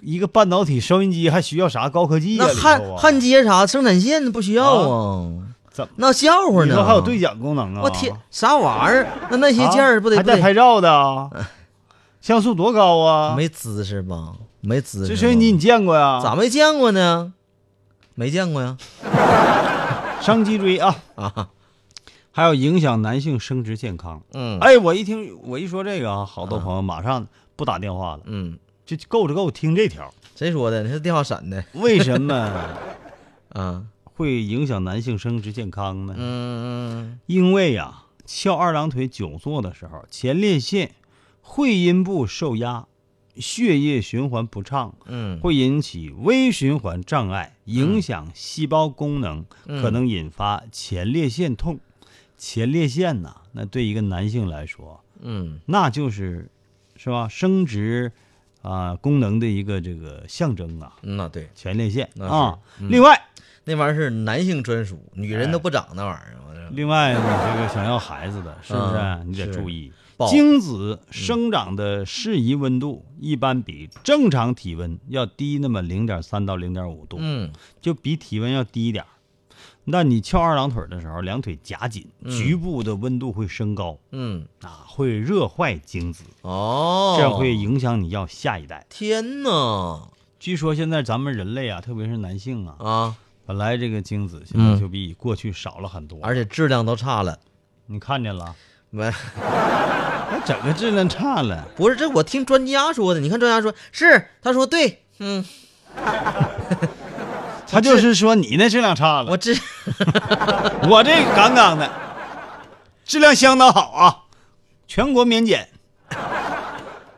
E: 一个半导体收音机还需要啥高科技呀、
F: 那
E: 里头
F: 焊
E: 啊
F: 焊接啥生产线不需要啊，
E: 怎么？
F: 闹笑话
E: 里
F: 呢？
E: 头还有对讲功能啊！
F: 我天，啥玩意儿？那那些
E: 啊，
F: 件儿不得
E: 还
F: 不
E: 带拍
F: 得
E: 照的 啊？像素多高啊？
F: 没姿势吧？没姿势吧。
E: 这收音机你见过呀？
F: 咋没见过呢？没见过呀？
E: 伤脊椎啊！
F: 啊，
E: 还有影响男性生殖健康。
F: 嗯
E: 哎，我一听我一说这个啊，好多朋友马上不打电话了，
F: 嗯，
E: 就够着够听这条，
F: 谁说的？那是电话闪的。
E: 为什么
F: 啊，
E: 会影响男性生殖健康呢？
F: 嗯
E: 因为呀、翘二郎腿久坐的时候，前列腺、会阴部受压，血液循环不畅，
F: 嗯
E: 会引起微循环障碍，影响细胞功能，
F: 嗯
E: 可能引发前列腺痛。前列腺呐、那对一个男性来说，
F: 嗯
E: 那就是是吧，生殖啊、功能的一个这个象征啊，
F: 嗯，那对，
E: 前列腺
F: 那是嗯
E: 啊。另外，
F: 那玩意儿是男性专属，女
E: 哎
F: 人都不长那玩意儿。我这
E: 另外，你这个想要孩子的，是不是、
F: 嗯
E: 你得
F: 是
E: 注意
F: 不？好
E: 精子生长的适宜温度
F: 嗯
E: 一般比正常体温要低那么零点三到零点五度，
F: 嗯
E: 就比体温要低一点儿。那你翘二郎腿的时候，两腿夹紧，局部的温度会升高，
F: 嗯，
E: 啊，会热坏精子，
F: 哦，
E: 这样会影响你要下一代。
F: 天呐
E: 据说现在咱们人类啊，特别是男性啊，
F: 啊，
E: 本来这个精子现在
F: 嗯
E: 就比过去少了很多，
F: 而且质量都差了。
E: 你看见了，
F: 没，
E: 那整个质量差了。
F: 不是这我听专家说的。你看专家说是，他说对，嗯，
E: 他就是说你那质量差了，
F: 我知，
E: 我我这杠杠的，质量相当好啊，全国免检。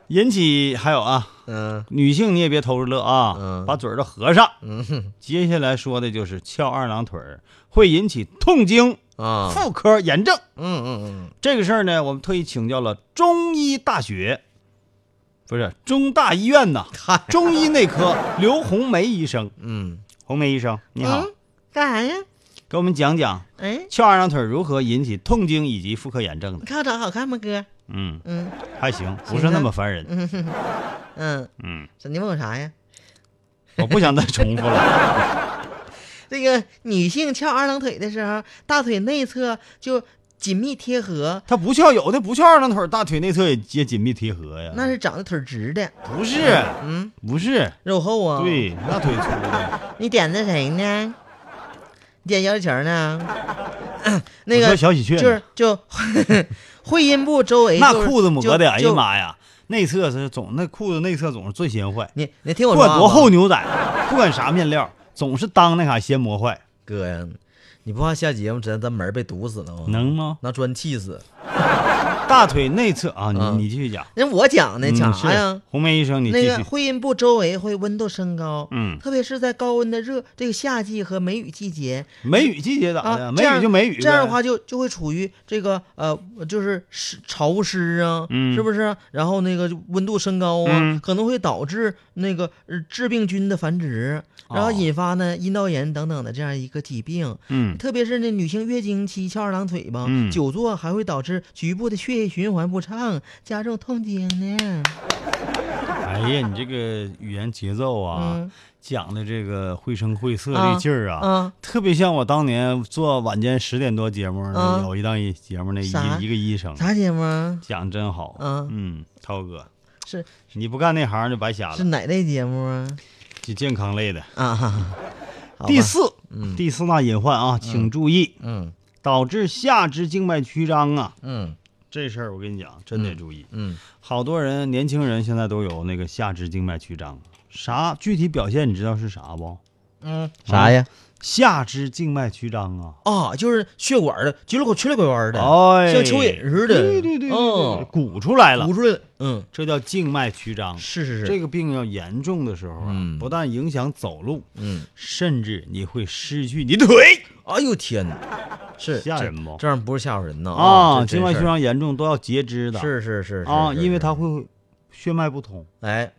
E: 引起还有啊，
F: 嗯
E: 女性你也别偷着乐啊，
F: 嗯
E: 把嘴儿都合上。
F: 嗯
E: 接下来说的就是翘二郎腿儿会引起痛经、
F: 啊，
E: 妇科炎症。
F: 嗯嗯
E: 这个事儿呢，我们特意请教了中医大学，不是中大医院呐，
F: 嗨
E: 中医内科刘红梅医生。
F: 嗯
E: 红梅医生，你好，
F: 嗯，干啥呀？
E: 给我们讲讲
F: 哎，
E: 翘二郎腿如何引起痛经以及妇科炎症的？
F: 看我长好看吗，哥？
E: 嗯，
F: 嗯
E: 还行，不是那么烦人。
F: 嗯，
E: 嗯，
F: 你问我啥呀？
E: 我不想再重复了。
F: 这个女性翘二郎腿的时候，大腿内侧就紧密贴合，
E: 他不翘，有的不翘二郎腿，大腿内侧也接紧密贴合呀。
F: 那是长得腿直的，
E: 不是？
F: 嗯，
E: 不是，
F: 肉厚啊。，
E: 对，那腿粗的。
F: 你点的谁呢？你点姚琴呢？ 那
E: 我
F: 个
E: 说小喜鹊呢
F: 就是就 会阴部周围、就是，
E: 那裤子磨的，哎呀
F: 就！
E: 妈呀，内侧是总那裤子内侧总是最先坏，
F: 你你听我
E: 不
F: 说、
E: 管
F: 啊，
E: 多厚牛仔，不管啥面料，总是当那卡先磨坏，
F: 哥呀，你不怕下节目咱咱门儿被堵死了吗？
E: 能吗？
F: 拿砖砌死。
E: 大腿内侧啊，你
F: 嗯
E: 你继续讲。
F: 那我讲呢，讲啥呀？
E: 嗯是红梅医生，你继
F: 那个
E: 续。
F: 会阴部周围会温度升高，
E: 嗯
F: 特别是在高温的热这个夏季和梅雨季节
E: 梅雨季节咋的？
F: 啊，
E: 哎梅
F: 这
E: 雨
F: 样
E: 就梅雨呗。
F: 这样的话就就会处于这个呃，就是湿潮湿啊，
E: 嗯
F: 是不是？然后那个就温度升高啊，
E: 嗯
F: 可能会导致那个呃致病菌的繁殖，然后
E: 哦
F: 引发呢阴道炎等等的这样一个疾病。
E: 嗯，
F: 特别是那女性月经期翘二郎腿吧，
E: 嗯
F: 久坐还会导致局部的血液循环不畅，加重痛经呢。
E: 哎呀，你这个语言节奏啊，
F: 嗯
E: 讲的这个绘声绘色这劲儿啊，
F: 啊
E: 特别像我当年做晚间十点多节目呢，
F: 啊
E: 有一档一节目那一
F: 啥
E: 一个医生
F: 啥节目啊？
E: 讲真好。
F: 啊
E: 嗯，涛哥，
F: 是
E: 你不干那行就白瞎
F: 是
E: 了，
F: 哪类节目啊？
E: 就健康类的。
F: 啊，哈哈好吧
E: 第四，第四大隐患啊，请注意，
F: 嗯
E: 导致下肢静脉曲张啊，
F: 嗯
E: 这事儿我跟你讲，真得注意。
F: 嗯
E: 好多人，年轻人现在都有那个下肢静脉曲张，啥具体表现你知道是啥不？
F: 嗯，啥呀？
E: 下肢静脉曲张啊，
F: 啊，就是血管儿的，曲了拐曲了拐弯儿的，
E: 哎
F: 像蚯蚓似的，
E: 对对对对对，
F: 嗯，
E: 鼓出来了
F: 鼓，出来了，嗯，
E: 这叫静脉曲张。
F: 是是是，
E: 这个病要严重的时候啊
F: 嗯，
E: 不但影响走路，
F: 嗯，
E: 甚至你会失去你的腿
F: 哎呦天哪，是
E: 吓人
F: 这
E: 不
F: 这样不是吓唬人呐
E: 啊！
F: 哦这真
E: 静脉曲
F: 事儿
E: 张严重都要截肢的，
F: 是是是是
E: 啊，
F: 是
E: 因为
F: 是
E: 它会血脉不通，
F: 哎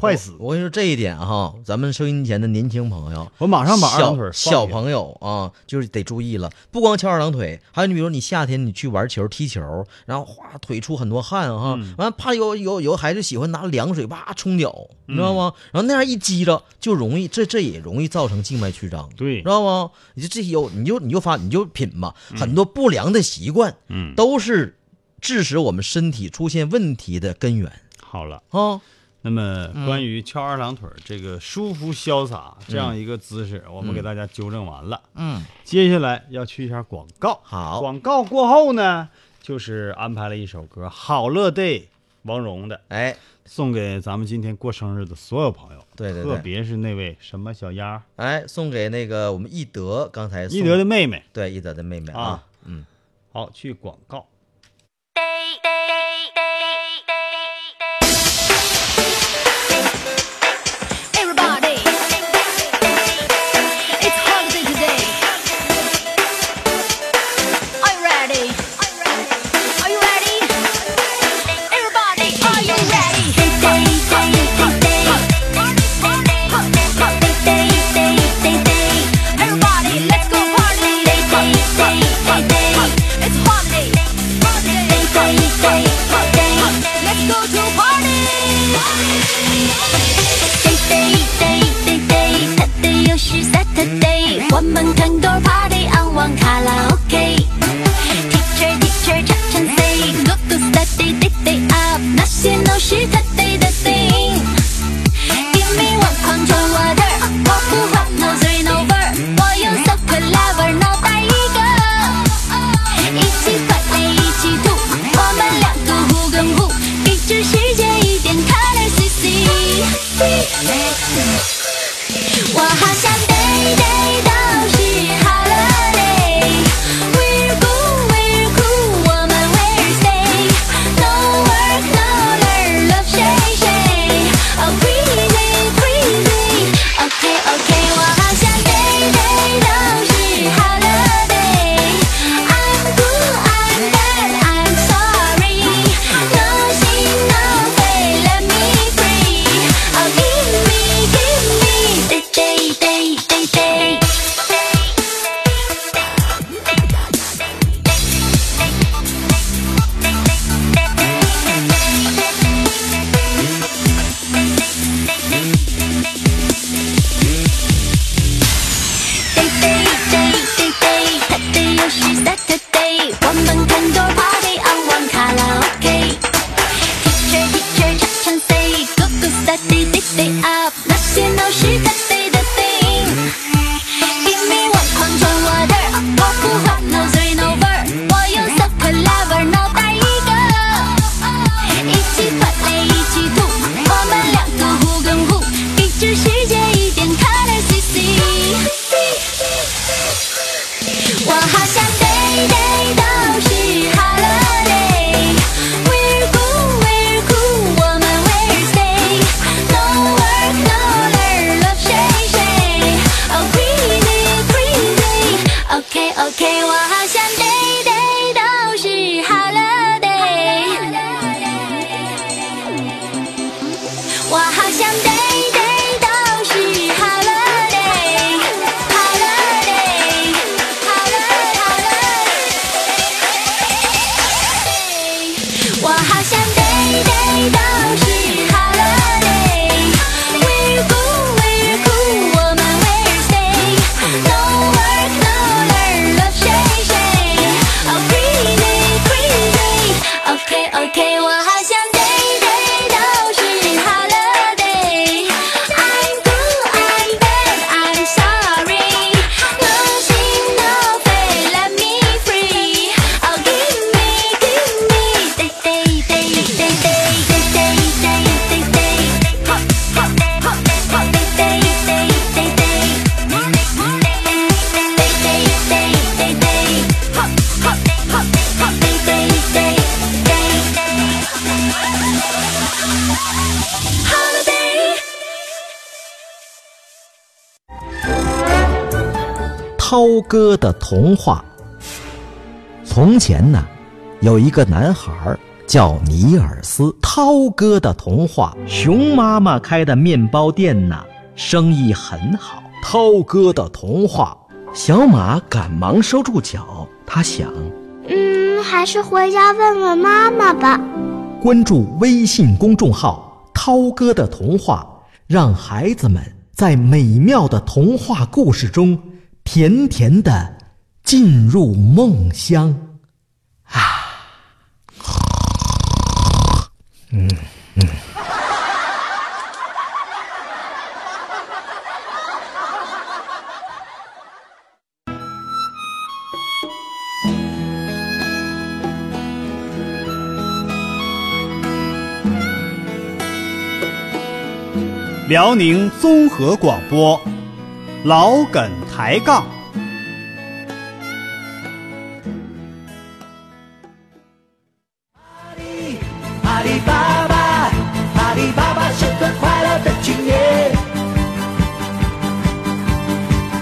E: 坏死。
F: 我我跟你说这一点哈，咱们收音前的年轻朋友。
E: 我马上把二郎腿
F: 小
E: 放
F: 小
E: 下
F: 朋友啊，就是得注意了，不光翘二郎腿，还有你比如你夏天你去玩球、踢球，然后哗腿出很多汗哈，
E: 嗯
F: 完、怕有有有孩子喜欢拿凉水啪冲脚，你知
E: 嗯
F: 道吗？然后那样一激着就容易，这这也容易造成静脉曲张，
E: 对嗯
F: 知道吗？你就这些有你就你就发你就品吧，很多不良的习惯，嗯，都是致使我们身体出现问题的根源
E: 好了。
F: 啊。
E: 那么关于翘二郎腿儿这个舒服潇洒这样一个姿势，我们给大家纠正完了。
F: 嗯，
E: 接下来要去一下广告。
F: 好
E: 广告过后呢，就是安排了一首歌《好乐 day》，王蓉的，
F: 哎，
E: 送给咱们今天过生日的所有朋友，
F: 对对对
E: 特别是那位什么小丫儿，
F: 哎，送给那个我们一德，刚才送
E: 一德的妹妹
F: 对一德的妹妹
E: 啊
F: 啊，。嗯，
E: 好，去广告。
C: Everybody, it's holiday today. Are you ready? Are you ready? Everybody, are you ready? Everybody, let's go party. It's holiday. Let's go to
G: Saturday 又是 Saturday，我们看歌 party on one 卡拉 OK。Teacher teacher 唱唱 say go to Saturday day day up，那些都是 Saturday 的 thing。Give me one control water，我不换 no three no four，我用 so clever 脑袋一个，一起快乐一起吐，我们两个互跟互，给这世界一点 color CC。我好想 day day 都是 holiday，We're cool we're cool，我们 we're stay，No work no learn，love 谁谁，Oh crazy crazy，OK OK，我好想 day day 都是 holiday，I'm cool I'm bad I'm sorry，No sin no pay，Let me free，Oh give me give me day day day day day。day day day day day，他的又是 Saturday，我们看多 party on one 卡拉 OK。Teacher teacher 唱唱 say go go Saturday day day up，那些都是 Saturday 的 thing。Give me one control water，我不换 no three no four，我用 so clever 脑袋一个，一起快乐一起吐，我们两个互跟互，给这世界一点 color CC。我好想 day day 都是 holiday，We're cool we're cool，我们 we're stay，No work no learn，love 谁谁，Oh crazy crazy，OK OK，我好想 day day 都是 holiday，我好想 day day 都是 holiday，holiday，holiday，holiday。我好想 day day 都是 holiday，We're cool we're cool，我们 we're stay，No work no learn，love 谁谁，Oh crazy crazy，OK OK，我好想 day day 都是 holiday，I'm cool I'm bad I'm sorry，No sin no pay，Let me free，Oh give me give me day day day day day day day day day Holiday
F: 涛哥的童话。从前呢，有一个男孩儿叫尼尔斯。涛哥的童话，熊妈妈开的面包店呢，生意很好。涛哥的童话，小马赶忙收住脚，他想
H: 嗯，还是回家问问妈妈吧。
F: 关注微信公众号“涛哥的童话”，让孩子们在美妙的童话故事中甜甜的进入梦乡。啊，嗯嗯，
I: 辽宁综合广播，老梗抬杠。
D: 阿里巴巴，阿里巴巴是个快乐的青年。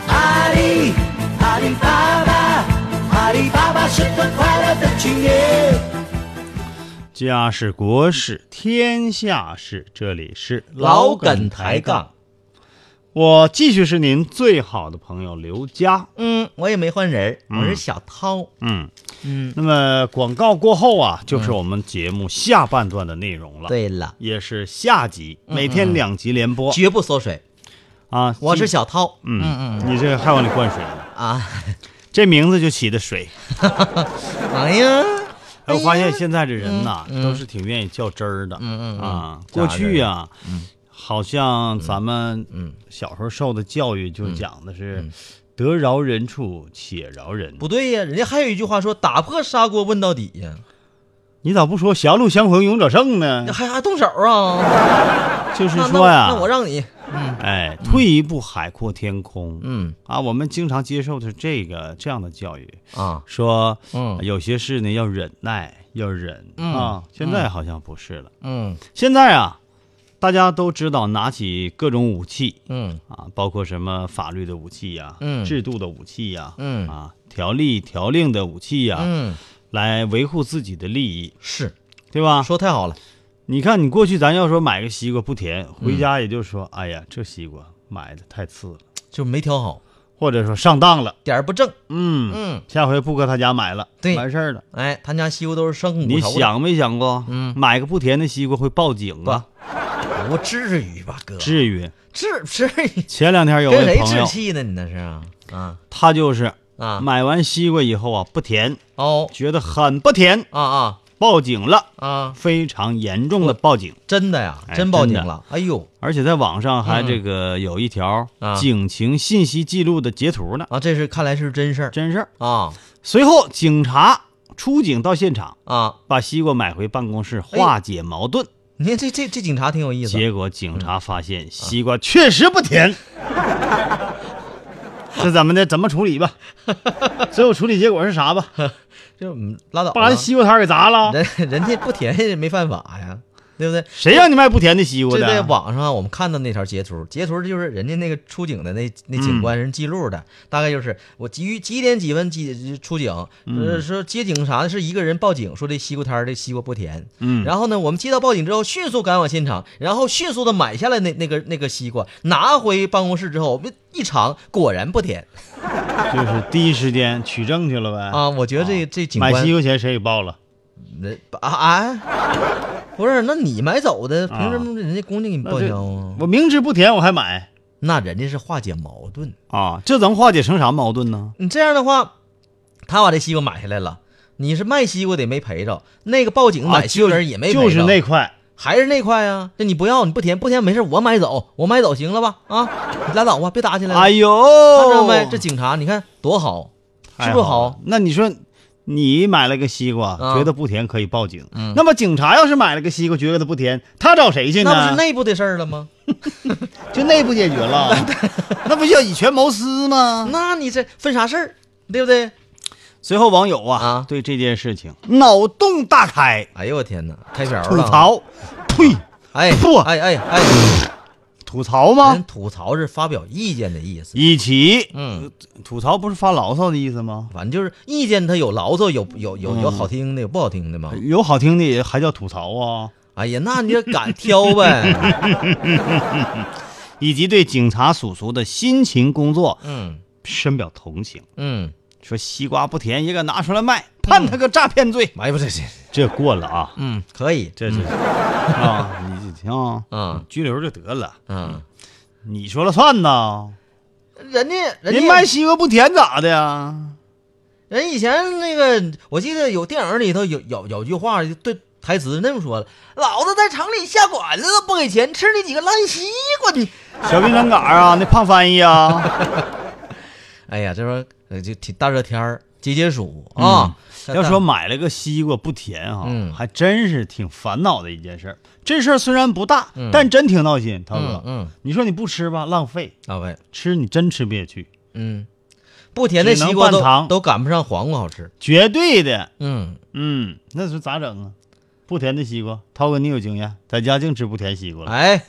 D: 阿里，阿里巴巴，阿里巴巴是个快乐的青年。
E: 家事国事天下事，这里是
F: 老梗抬杠。
E: 我继续是您最好的朋友刘佳。
F: 嗯，我也没换人儿，我是
E: 嗯
F: 小涛。
E: 嗯，
F: 嗯，
E: 那么广告过后啊，就是我们节目下半段的内容了，，
F: 对了，
E: 也是下集，每天两集连播
F: 绝不缩水，
E: 啊。
F: 嗯我是小涛。
E: 嗯嗯，你这还往里灌水呢，
F: 啊，
E: 这名字就起的水。
F: 哎呀，嗯
E: 哎，我发现现在这人呐，都是挺愿意较真儿的，
F: 嗯嗯
E: 啊，
F: 较
E: 过去
F: 真
E: 啊，好像咱
F: 嗯
E: 们小时候受的教育就讲的是得饶人处且饶人，
F: 不对呀，人家还有一句话说“打破砂锅问到底”呀，
E: 你咋不说狭路相逢勇者胜 呢
F: 那？还还动手啊？
E: 就是
F: 那那
E: 说呀
F: 那，我让你，
E: 哎，退一步海阔天空，
F: 嗯
E: 啊，我们经常接受的是这个这样的教育，
F: 啊，
E: 说
F: 嗯
E: 有些事呢要忍耐，要忍啊，现在好像不是了。
F: 嗯
E: 现在啊，大家都知道拿起各种武器
F: 嗯
E: 啊，包括什么法律的武器呀、
F: 嗯
E: 制度的武器呀、
F: 嗯
E: 啊，条例条令的武器呀、
F: 嗯，
E: 来维护自己的利益，
F: 是
E: 对吧？
F: 说太好了，
E: 你看，你过去咱要说买个西瓜不甜，
F: 嗯
E: 回家也就说，哎呀，这西瓜买的太次了，
F: 就没调好，
E: 或者说上当了，
F: 点儿不正。
E: 嗯，
F: 嗯，
E: 下回不搁他家买了，
F: 对
E: 完事儿了。
F: 哎，他家西瓜都是生骨头的，
E: 你想没想过，
F: 嗯
E: 买个不甜的西瓜会报警啊？
F: 不至于吧，哥？
E: 至于？
F: 至至于
E: 前两天有位
F: 跟谁
E: 朋友
F: 置，气呢？你那是啊啊
E: 他就是
F: 啊
E: 买完西瓜以后啊，不甜，
F: 哦
E: 觉得很不甜，
F: 啊啊
E: 报警了，
F: 啊！
E: 非常严重的报警，
F: 真的呀，
E: 哎
F: 真报警
E: 真的
F: 了！哎呦
E: 而且在网上还这个有一条
F: 啊
E: 警情信息记录的截图呢，
F: 啊，这是看来是真事儿
E: 真事儿。
F: 啊
E: 随后警察出警到现场，
F: 啊！
E: 把西瓜买回办公室化解矛盾。
F: 你看这这这警察挺有意思，
E: 结果警察
F: 嗯
E: 发现西瓜确实不 甜，这怎么的？怎么处理 吧？最后处理结果是啥吧？
F: 就嗯拉倒吧，
E: 把咱西瓜摊儿给砸了。
F: 人人家不甜也没犯法呀，对不对？
E: 谁让你卖不甜的啊西瓜
F: 这在
E: 的？
F: 网上我们看到那条截图，截图就是人家那个出警的那那警官人记录的，大概就是我几于几点几分几出警，
E: 嗯
F: 呃，说接警啥的是一个人报警说这西瓜摊儿这西瓜不甜，
E: 嗯
F: 然后呢，我们接到报警之后迅速赶往现场，然后迅速的买下来那那个那个西瓜，拿回办公室之后，我们一尝果然不甜
E: 就是第一时间取证去了呗。
F: 啊！我觉得这、这警
E: 买
F: 官
E: 西瓜钱谁给报了？
F: 那啊啊，不是，那你买走的，凭
E: 啊
F: 什么人家公家给你
E: 那
F: 报
E: 这
F: 销啊？
E: 我明知不甜我还买
F: 那人家是化解矛盾。
E: 啊！这能化解成啥矛盾呢？
F: 你这样的话，他把这西瓜买下来了，你是卖西瓜的也没赔着，那个报警
E: 啊
F: 买西瓜人也没赔着，
E: 就是那块，
F: 还是那块啊，这你不要，你不甜不甜没事，我买走，我买走行了吧？啊，你拉倒吧，别打起来了。
E: 哎呦，
F: 看着没？这警察你看多好，是
E: 太
F: 不是
E: 好了
F: 好？？
E: 那你说。你买了个西瓜，
F: 啊
E: 觉得不甜可以报警。那么警察要是买了个西瓜，觉得不甜，他找谁去呢？
F: 嗯那不是内部的事儿了吗？
E: 就内部解决 了，那不叫以权谋私吗？
F: 那你这分啥事儿，对不对？
E: 随后网友啊，
F: 啊
E: 对这件事情脑洞大开，
F: 哎呦我天哪，开瓢了！
E: 吐！槽，呸，
F: 哎，
E: 吐
F: 哎哎哎，
E: 吐槽吗
F: 人？吐槽是发表意见的意思。
E: 一起
F: 嗯，
E: 吐槽不是发牢骚的意思吗？
F: 反正就是意见，它有牢骚，有有有
E: 嗯
F: 有好听的，有不好听的嘛。
E: 有好听的也还叫吐槽啊，
F: 哎呀，那你就敢挑呗。
E: 以及对警察叔叔的辛勤工作
F: 嗯
E: 深表同情，
F: 嗯，
E: 说西瓜不甜也敢拿出来卖，判他个诈骗罪，
F: 哎呀，不这这，
E: 这过了啊，
F: 嗯，可以，
E: 这是啊，你这行
F: 嗯
E: 拘留就得了，
F: 嗯，
E: 你说了算呐，
F: 人家嗯人
E: 人
F: 家
E: 卖西瓜不甜咋的呀？
F: 人以前那个，我记得有电影里头有有有句话，对台词是那么说的：“老子在厂里下馆子都不给钱，吃你几个烂西瓜你。
E: 小兵张 嘎啊，那胖翻译啊，”
F: 哎呀，这不呃就挺大热天儿，解解暑啊。
E: 嗯要说买了个西瓜不甜哈、
F: 嗯
E: 还真是挺烦恼的一件事儿。这事儿虽然不大，
F: 嗯
E: 但真挺闹心，涛
F: 嗯
E: 哥。
F: 嗯，
E: 你说你不吃吧，浪费；
F: 到位，
E: 吃你真吃不下去，
F: 嗯，不甜的
E: 只能
F: 西瓜
E: 拌糖
F: 都都赶不上黄瓜好吃。
E: 绝对的。
F: 嗯，
E: 嗯，那是咋整啊？不甜的西瓜，涛哥你有经验，在家净吃不甜西瓜了。
F: 哎，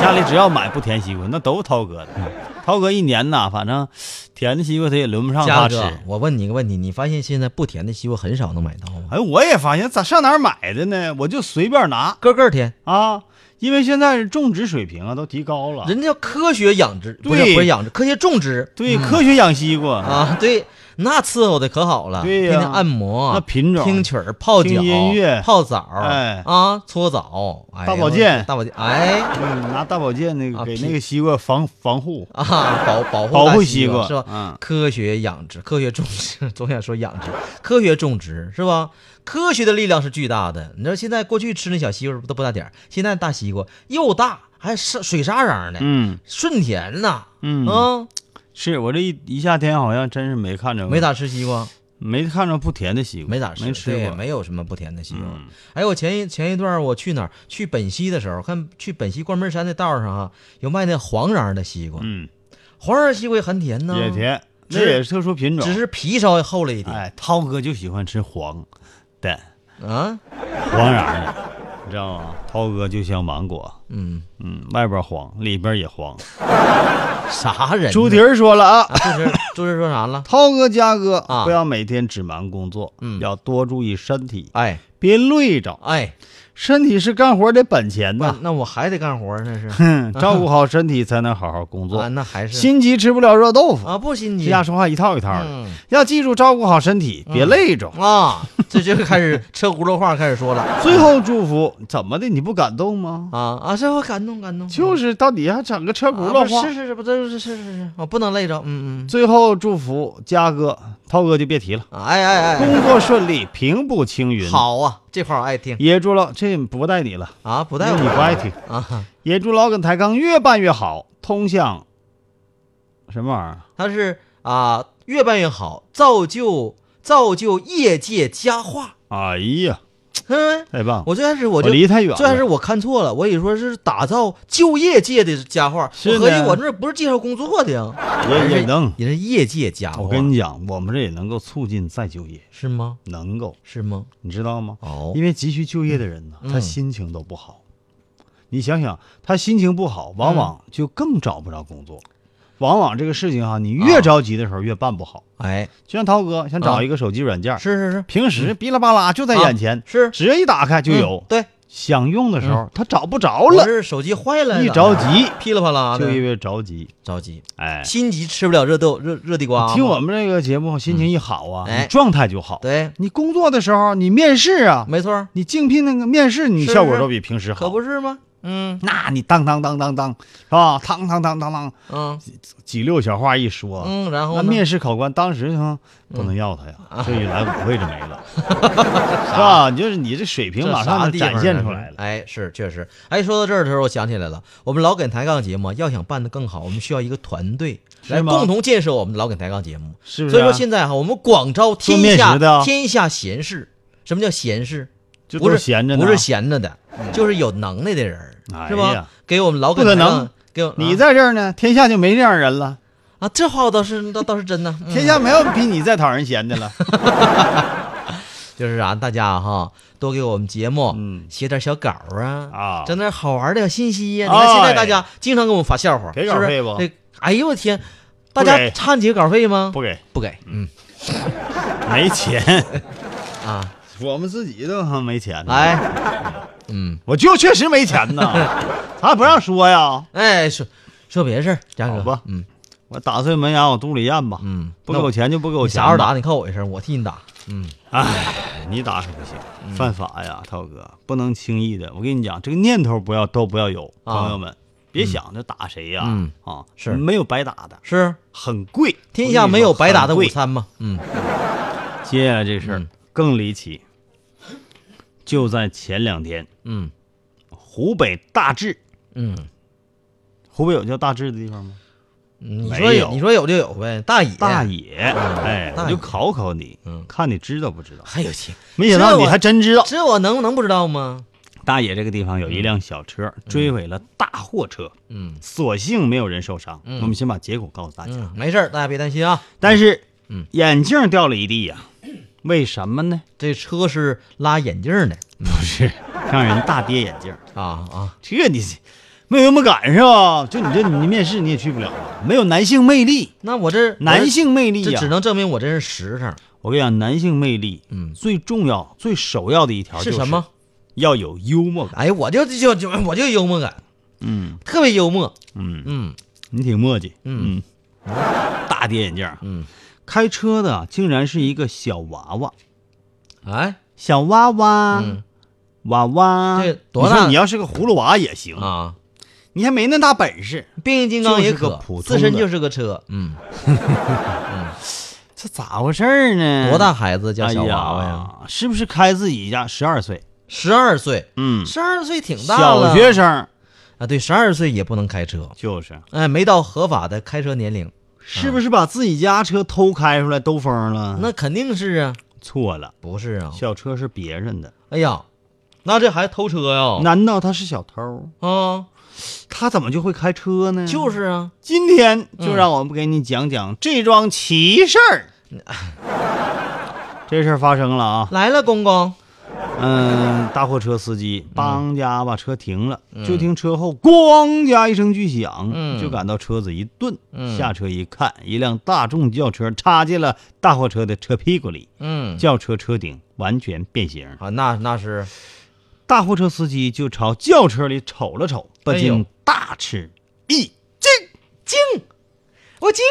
E: 家里只要买不甜西瓜，那都是涛哥的。
F: 嗯
E: 涛哥一年呐，反正甜的西瓜他也轮不上
F: 嘉
E: 他吃。
F: 哥，我问你一个问题，你发现现在不甜的西瓜很少能买到吗？
E: 哎，我也发现咋上哪儿买的呢？我就随便拿
F: 个个甜，
E: 啊，因为现在种植水平啊都提高了，
F: 人家叫科学养殖，不是
E: 对
F: 不是养殖，科学种植
E: 对、科学养西瓜，
F: 嗯啊，对，那伺候的可好了，
E: 对呀
F: 天天按摩，
E: 那品种
F: 听曲儿、泡脚、
E: 听音乐
F: 泡澡，
E: 哎
F: 啊，搓澡，哎呦
E: 大保健
F: 大保健，哎
E: 嗯拿大保健那个、
F: 啊
E: 给
F: 皮
E: 那个西瓜防防护。
F: 啊，保保护
E: 保护
F: 大
E: 西瓜
F: 是吧？
E: 嗯
F: 科学养殖，科学种植， 总想说养殖，科学种植是吧？科学的力量是巨大的。你知道现在过去吃那小西瓜都不大点儿，现在大西瓜又大，还是水沙瓤的，
E: 嗯
F: 顺甜呐，
E: 嗯
F: 啊，
E: 是我这一一夏天好像真是没看着过，
F: 没咋吃西瓜。
E: 没看着不甜的西瓜，
F: 没咋
E: 嗯
F: 吃，
E: 没吃
F: 对
E: 过，
F: 没有什么不甜的西瓜。
E: 嗯
F: 哎，我前一前一段儿我去哪儿？去本溪的时候，看去本溪关门山的道上啊，有卖那黄瓤儿的西瓜，
E: 嗯，
F: 黄瓤儿西瓜也很甜呢，
E: 也，甜，
F: 只
E: 这也是特殊品种。
F: 只是皮稍微厚了一点、
E: 哎，涛哥就喜欢吃黄的
F: 啊。
E: 黄瓤儿的，你知道吗？涛哥就像芒果，
F: 嗯，
E: 嗯，外边黄，里边也黄。
F: 啥人呢？
E: 朱迪儿说了啊
F: 啊，，朱迪儿，朱迪儿说啥了？
E: 涛哥、嘉哥
F: 啊
E: 不要每天只忙工作，
F: 嗯
E: 要多注意身体，
F: 哎
E: 别累着。
F: 哎，
E: 身体是干活的本钱
F: 那
E: 呐，
F: 那我还得干活儿，那是
E: 嗯照顾好身体才能好好工
F: 啊，
E: 作。
F: 那还是
E: 心急吃不了热豆腐，
F: 啊，不心
E: 这
F: 急
E: 家说话一套一套的。
F: 嗯
E: 要记住照顾好身体，别累着。
F: 啊，这就开始车轱辘话开始说了
E: 最后祝福怎么的？你不感动吗？
F: 啊啊，这我感动感动，
E: 就是到底还整个车轱
F: 啊
E: 辘
F: 不是
E: 话。
F: 是是，不这是是是是，我不能累着，嗯嗯
E: 最后祝福嘉哥、涛哥就别提了，
F: 嗯，哎哎哎，
E: 工作顺利，平步青云。，
F: 好啊，这话我爱听
E: 也祝老这不带你了，
F: 啊，不
E: 不
F: 带我
E: 你不爱听。
F: 啊，
E: 也祝老耿抬杠越办越好，通向什么玩意儿？
F: 他是啊，越办越好，造就造就业界佳话，
E: 哎呀，
F: 嗯，
E: 太棒了！
F: 我最开始我
E: 啊我
F: 就
E: 离太远了，
F: 最开始我看错了，我以为说是打造就业界的佳话，
E: 是
F: 我合计
E: 呢
F: 我这不是介绍工作的呀，
E: 也也能。
F: 也是啊业界佳话，
E: 我跟你讲，我们这也能够促进再就业，
F: 是吗？
E: 能够，
F: 是吗？
E: 你知道吗？
F: 哦，
E: 因为急需就业的人呢，
F: 嗯
E: 他心情都不好。你想想，他心情不好，往往
F: 嗯
E: 就更找不着工作。往往这个事情哈，你越
F: 啊
E: 着急的时候越办不好。
F: 哎，
E: 就像涛哥想找
F: 啊
E: 一个手机软件，
F: 是是是，
E: 平时哔啦吧啦就在
F: 啊
E: 眼前，
F: 是
E: 只要一打开就有
F: 嗯。对，
E: 想用的时候他找不着
F: 我
E: 了，
F: 是啊手机坏了，
E: 一着急
F: 噼里啪啦
E: 就因
F: 的，
E: 为着急。
F: 着急，
E: 哎，
F: 心急吃不了热豆热热地瓜吗，
E: 听我们这个节目，心情一好啊，
F: 啊嗯哎
E: 你状态就好。
F: 对，
E: 你工作的时候，你面试啊，
F: 没错儿，
E: 你竞聘那个面试，你
F: 是
E: 效果
F: 是
E: 都比平时好。
F: 可不是吗？嗯
E: 那你当当当当当是吧？当当当当当，
F: 嗯
E: 几溜小话一说，
F: 嗯，然后
E: 那
F: 呢啊
E: 面试考官当时就不能要他呀，这一来舞会就没 了，是吧？你就是你这水平
F: 这
E: 马
F: 啥
E: 上就
F: 地方
E: 展现
F: 呢
E: 出
F: 这
E: 来了。
F: 哎，是确实。哎，说到这儿的时候，我想起来了，我们老梗抬杠节目啊要想办得更好，我们需要一个团队来
E: 吗
F: 共同建设我们老梗抬杠节目。
E: 是不是
F: 所以说
E: 啊
F: 现在哈，我们广招
E: 做
F: 天
E: 面
F: 下
E: 食的啊
F: 天下贤士。什么叫贤士？
E: 就
F: 不
E: 都
F: 是
E: 闲着呢，嗯
F: 不是闲着的，就是有能耐的人儿，是
E: 哎
F: 吧
E: 呀？
F: 给我们老梗
E: 不可
F: 抬
E: 能
F: 杠，给我
E: 你
F: 啊
E: 在这儿呢，天下就没这样人了，
F: 啊，这话我倒是倒倒 是真的。嗯
E: 天下没有比你再讨人嫌的了。
F: 就是啊，大家哈多给我们节目
E: 嗯
F: 写点小稿啊
E: 啊
F: 整点好玩的小信息啊呀、你看现在大家经常给我们发笑话，
E: 给
F: 是不
E: 稿
F: 是
E: 费不
F: 对哎呦我天，大
E: 不
F: 家
E: 给
F: 差你几个稿费吗？
E: 不 给，
F: 不给，嗯
E: 没钱，
F: 啊，
E: 我们自己都没钱呢。
F: 来，嗯，
E: 我就确实没 钱呐，咱也不让说呀。
F: 哎，说说别的事儿，嘉哥，
E: 好吧
F: 嗯
E: 我打碎门牙往肚里咽吧，
F: 嗯，
E: 不给我钱就不给
F: 那我，
E: 我
F: 你
E: 钱
F: 啥时候
E: 吧
F: 打你告我一声，我替你打，嗯，
E: 哎，你打可不行，犯法呀，涛哥，嗯不能轻易的。我跟你讲，这个念头不要都不要有，
F: 啊
E: 朋友们，别想着打谁呀
F: 嗯，
E: 啊，
F: 是
E: 没有白打的，
F: 是
E: 很贵，
F: 天下没有白打的午
E: 我跟你说。
F: 餐嘛，嗯，
E: 很贵接下来这事儿
F: 嗯
E: 更离奇，就在前两天，
F: 嗯
E: 湖北大治，
F: 嗯
E: 湖北有叫大治的地方吗？
F: 你
E: 没
F: 说
E: 有
F: 你说有就有呗，大野
E: 大，野，哎，
F: 大
E: 我
F: 野
E: 就考考你
F: 嗯，
E: 看你知道不知道。
F: 还有钱，
E: 没想到你还真知道。啊
F: 这我能能不知道吗？
E: 大野这个地方有一辆小车追尾了大货车，
F: 嗯
E: 所幸没有人受伤。我们先把结果告诉大家，
F: 嗯，没事儿，大家别担心啊。
E: 但是
F: 嗯
E: 眼镜掉了一地呀，为什么呢？
F: 这车是拉眼镜的
E: 不是让人大跌眼镜，
F: 啊啊，
E: 这你没有幽默感是吧？就你这你面试你也去不了啊，没有男性魅力，
F: 那我这
E: 男性魅力
F: 这
E: 呀
F: 只。能证明我真是实诚，
E: 我跟你讲，男性魅力，
F: 嗯
E: 最重要、最首要的一条就是
F: 什么？？
E: 要有幽默感。
F: 啊哎，我就就就我就幽默感，
E: 嗯
F: 特别幽默，
E: 嗯，
F: 嗯
E: 你挺墨迹。
F: 嗯
E: 嗯，大跌眼镜。
F: 嗯，
E: 开车的竟然是一个小娃娃，
F: 哎，
E: 小娃娃，
F: 嗯
E: 娃娃。
F: 这多大
E: 你说你要是个葫芦娃也行，
F: 啊，
E: 你还没那大本事，
F: 变形金刚也可
E: 就是个普，通
F: 自
E: 的
F: 身就是个车，嗯，
E: 这咋回事儿呢？
F: 多大孩子叫
E: 哎
F: 小娃娃嗯呀？
E: 呀？是不是开自己家？十二岁，
F: 十二岁，
E: 嗯，
F: 十二岁挺大了，
E: 小学生
F: 啊，对，十二岁也不能开车，
E: 就是，
F: 哎，没到合法的开车年龄，
E: 是不是把自己家车偷开出来兜风了？
F: 嗯那肯定是啊，
E: 错了，
F: 不是啊，
E: 小车是别人的，
F: 哎呀，那这孩子偷车呀？
E: 难道他是小偷？
F: 啊，
E: 他怎么就会开车呢？
F: 就是啊，
E: 今天就让我们给你讲
F: 嗯
E: 讲这桩奇事 儿。这事儿发生了啊，
F: 来了，公公，
E: 嗯，大货车司机当家把车停了，就听车后咣家一声巨响，
F: 嗯
E: 就感到车子一顿，
F: 嗯
E: 下车一看，一辆大众轿车插进了大货车的车屁股里，
F: 嗯，
E: 轿车车顶完全变形。
F: 啊，那那是，
E: 大货车司机就朝轿车里瞅了瞅，不
F: 哎
E: 禁
F: 呦
E: 大吃一
F: 惊惊，我惊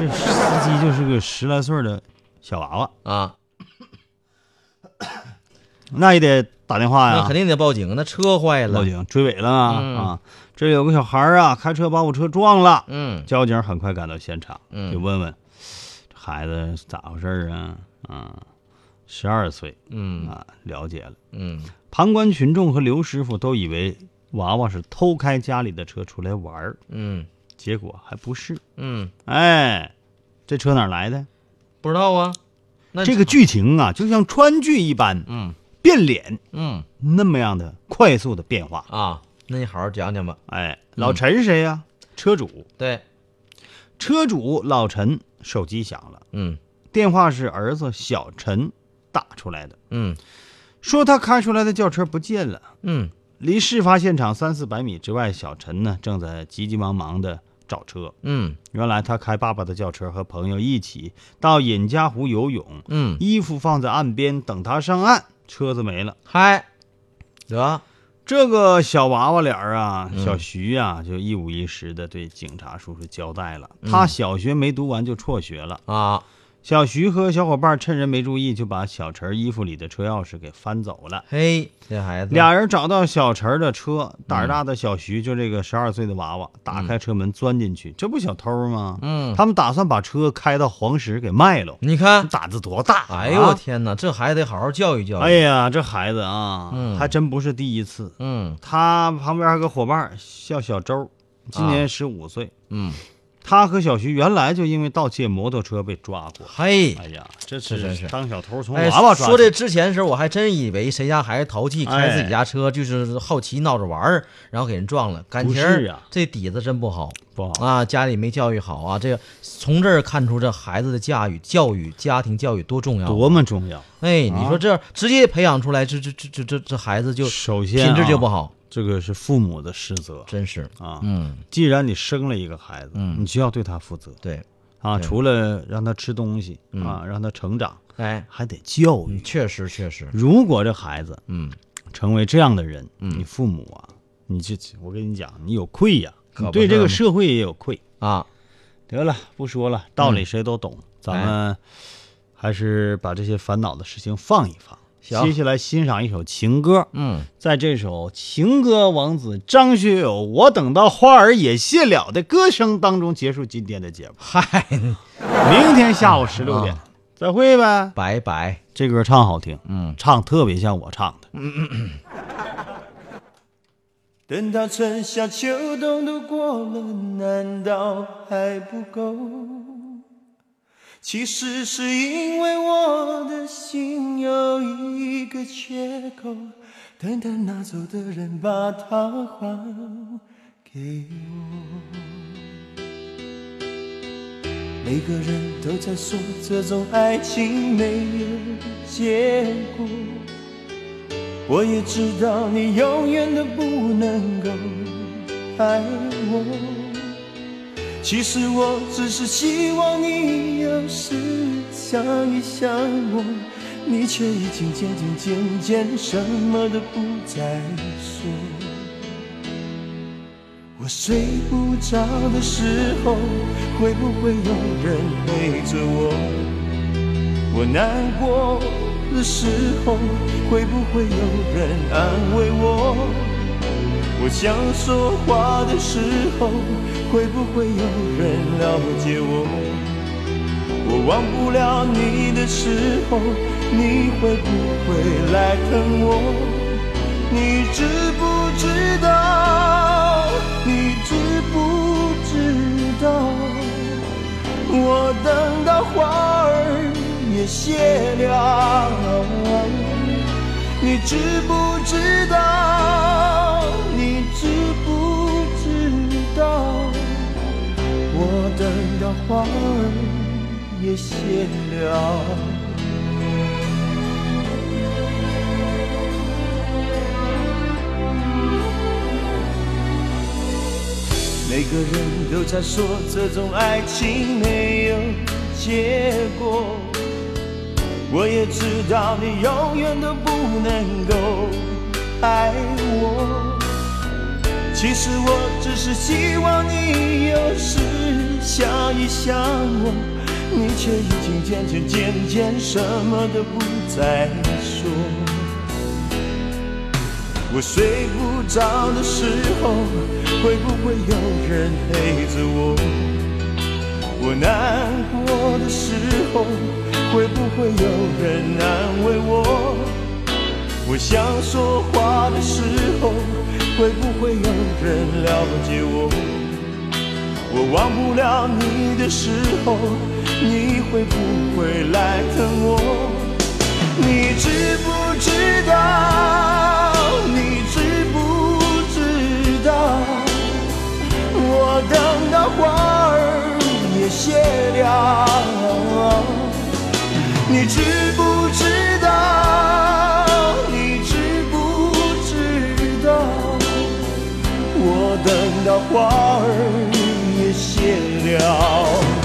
E: 这司机就是个十来岁的小娃娃，
F: 啊，
E: 那也得打电话
F: 那
E: 呀
F: 肯，定得报警，那车坏了
E: 啊报，警追尾了啊！
F: 嗯
E: 啊，这有个小孩儿啊，开车把我车撞了。
F: 嗯
E: 交警很快赶到现场，
F: 嗯
E: 就问问这孩子咋回事儿啊？啊，十二岁
F: 嗯
E: 啊，了解了。
F: 嗯，
E: 旁观群众和刘师傅都以为娃娃是偷开家里的车出来玩儿，
F: 嗯
E: 结果还不是。
F: 嗯，
E: 哎，这车哪儿来的？
F: 不知道啊，那
E: 这个，剧情啊，就像川剧一般，
F: 嗯
E: 变脸
F: 嗯
E: 那么样的快速的变化。
F: 啊，那你好好讲讲吧，
E: 哎，老陈是谁呀、车主，
F: 对，
E: 车主老陈手机响了，
F: 嗯
E: 电话是儿子小陈打出来的，
F: 嗯
E: 说他开出来的轿车不见了。
F: 嗯
E: 离事发现场三四百米之外，小陈呢正在急急忙忙的找车。
F: 嗯
E: 原来他开爸爸的轿车，和朋友一起到尹家湖游泳，
F: 嗯，
E: 衣服放在岸边等他上岸，车子没了。
F: 嗨，得，
E: 这个小娃娃脸儿啊，小徐
F: 嗯
E: 啊，就一五一十的对警察叔叔交代了，他小学没读完就辍学了。
F: 啊，
E: 小徐和小伙伴趁人没注意，就把小陈衣服里的车钥匙给翻走了。
F: 嘿，这孩子，
E: 俩人找到小陈的车，胆儿大的小徐就这个十二岁的娃娃，打开车门钻进去，这不小偷吗？
F: 嗯
E: 他们打算把车开到黄石给卖了，
F: 你 看，
E: 胆子多大啊！
F: 哎呦我天哪，这孩子得好好教育教育，
E: 哎呀，这孩子啊，
F: 嗯
E: 还真不是第一次。
F: 嗯
E: 他旁边还有个伙伴叫小周，今年十五岁。
F: 啊嗯，
E: 他和小徐原来就因为盗窃摩托车被抓过。
F: 嘿。
E: 哎呀，这
F: 是是是
E: 当小偷从
F: 哎，
E: 娃娃抓起。哎
F: 说这之前的时候，我还真以为谁家孩子淘气，开自己家车就是好奇闹着玩儿，然后给人撞了。感
E: 不
F: 情
E: 是啊
F: 这底子真不好
E: 不好
F: 啊，家里没教育好啊。这个从这儿看出这孩子的驾驭、教育、家庭教育多重要。
E: 多啊么重要！
F: 哎，你说这直接培养出来，这这这这这这孩子就
E: 首先啊
F: 品质就不好，
E: 这个是父母的失责
F: 真是。
E: 啊。
F: 嗯，
E: 既然你生了一个孩子，
F: 嗯
E: 你就要对他负责
F: 对，嗯
E: 啊。
F: 对
E: 除了让他吃东西啊，让他成长，
F: 哎，
E: 还得教育。
F: 确实确实，
E: 如果这孩子
F: 嗯，
E: 成为这样的人，你父母啊，你这我跟你讲，你有愧呀，
F: 可
E: 你
F: 不
E: 对
F: 是
E: 这个
F: 吗
E: 社会也有愧。
F: 啊，
E: 得了，不说了，
F: 嗯
E: 道理谁都懂，
F: 哎
E: 咱们还是把这些烦恼的事情放一放。
F: 行
E: 接下来欣赏一首情歌，
F: 嗯，
E: 在这首情歌王子张学友《我等到花儿也谢了》的歌声当中结束今天的节目。
F: 嗨，啊
E: 明天下午十六点、再会呗。
F: 拜拜。
E: 这歌唱好听，
F: 嗯
E: 唱特别像我唱的。
J: 等到春夏秋冬都过了，难道还不够？其实是因为我的心有一个缺口，等待拿走的人把它还给我。每个人都在说这种爱情没有结果，我也知道你永远都不能够爱我。其实我只是希望你有时想一想我，你却已经渐渐渐渐什么都不再说。我睡不着的时候，会不会有人陪着我？我难过的时候，会不会有人安慰我？我想说话的时候，会不会有人了解我？我忘不了你的时候，你会不会来疼我？你知不知道？你知不知道？我等到花儿也谢了。你知不知道？你知不知道？我等到花儿也谢了。每个人都在说这种爱情没有结果。我也知道你永远都不能够爱我。其实我只是希望你有时想一想我，你却已经渐渐渐渐什么都不再说。我睡不着的时候，会不会有人陪着我？我难过的时候，会不会有人安慰我？我想说话的时候，会不会有人了解我？我忘不了你的时候，你会不会来疼我？你知不知道？你知不知道？我等到花儿也谢了。你知不知道？你知不知道？我等到花儿也谢了。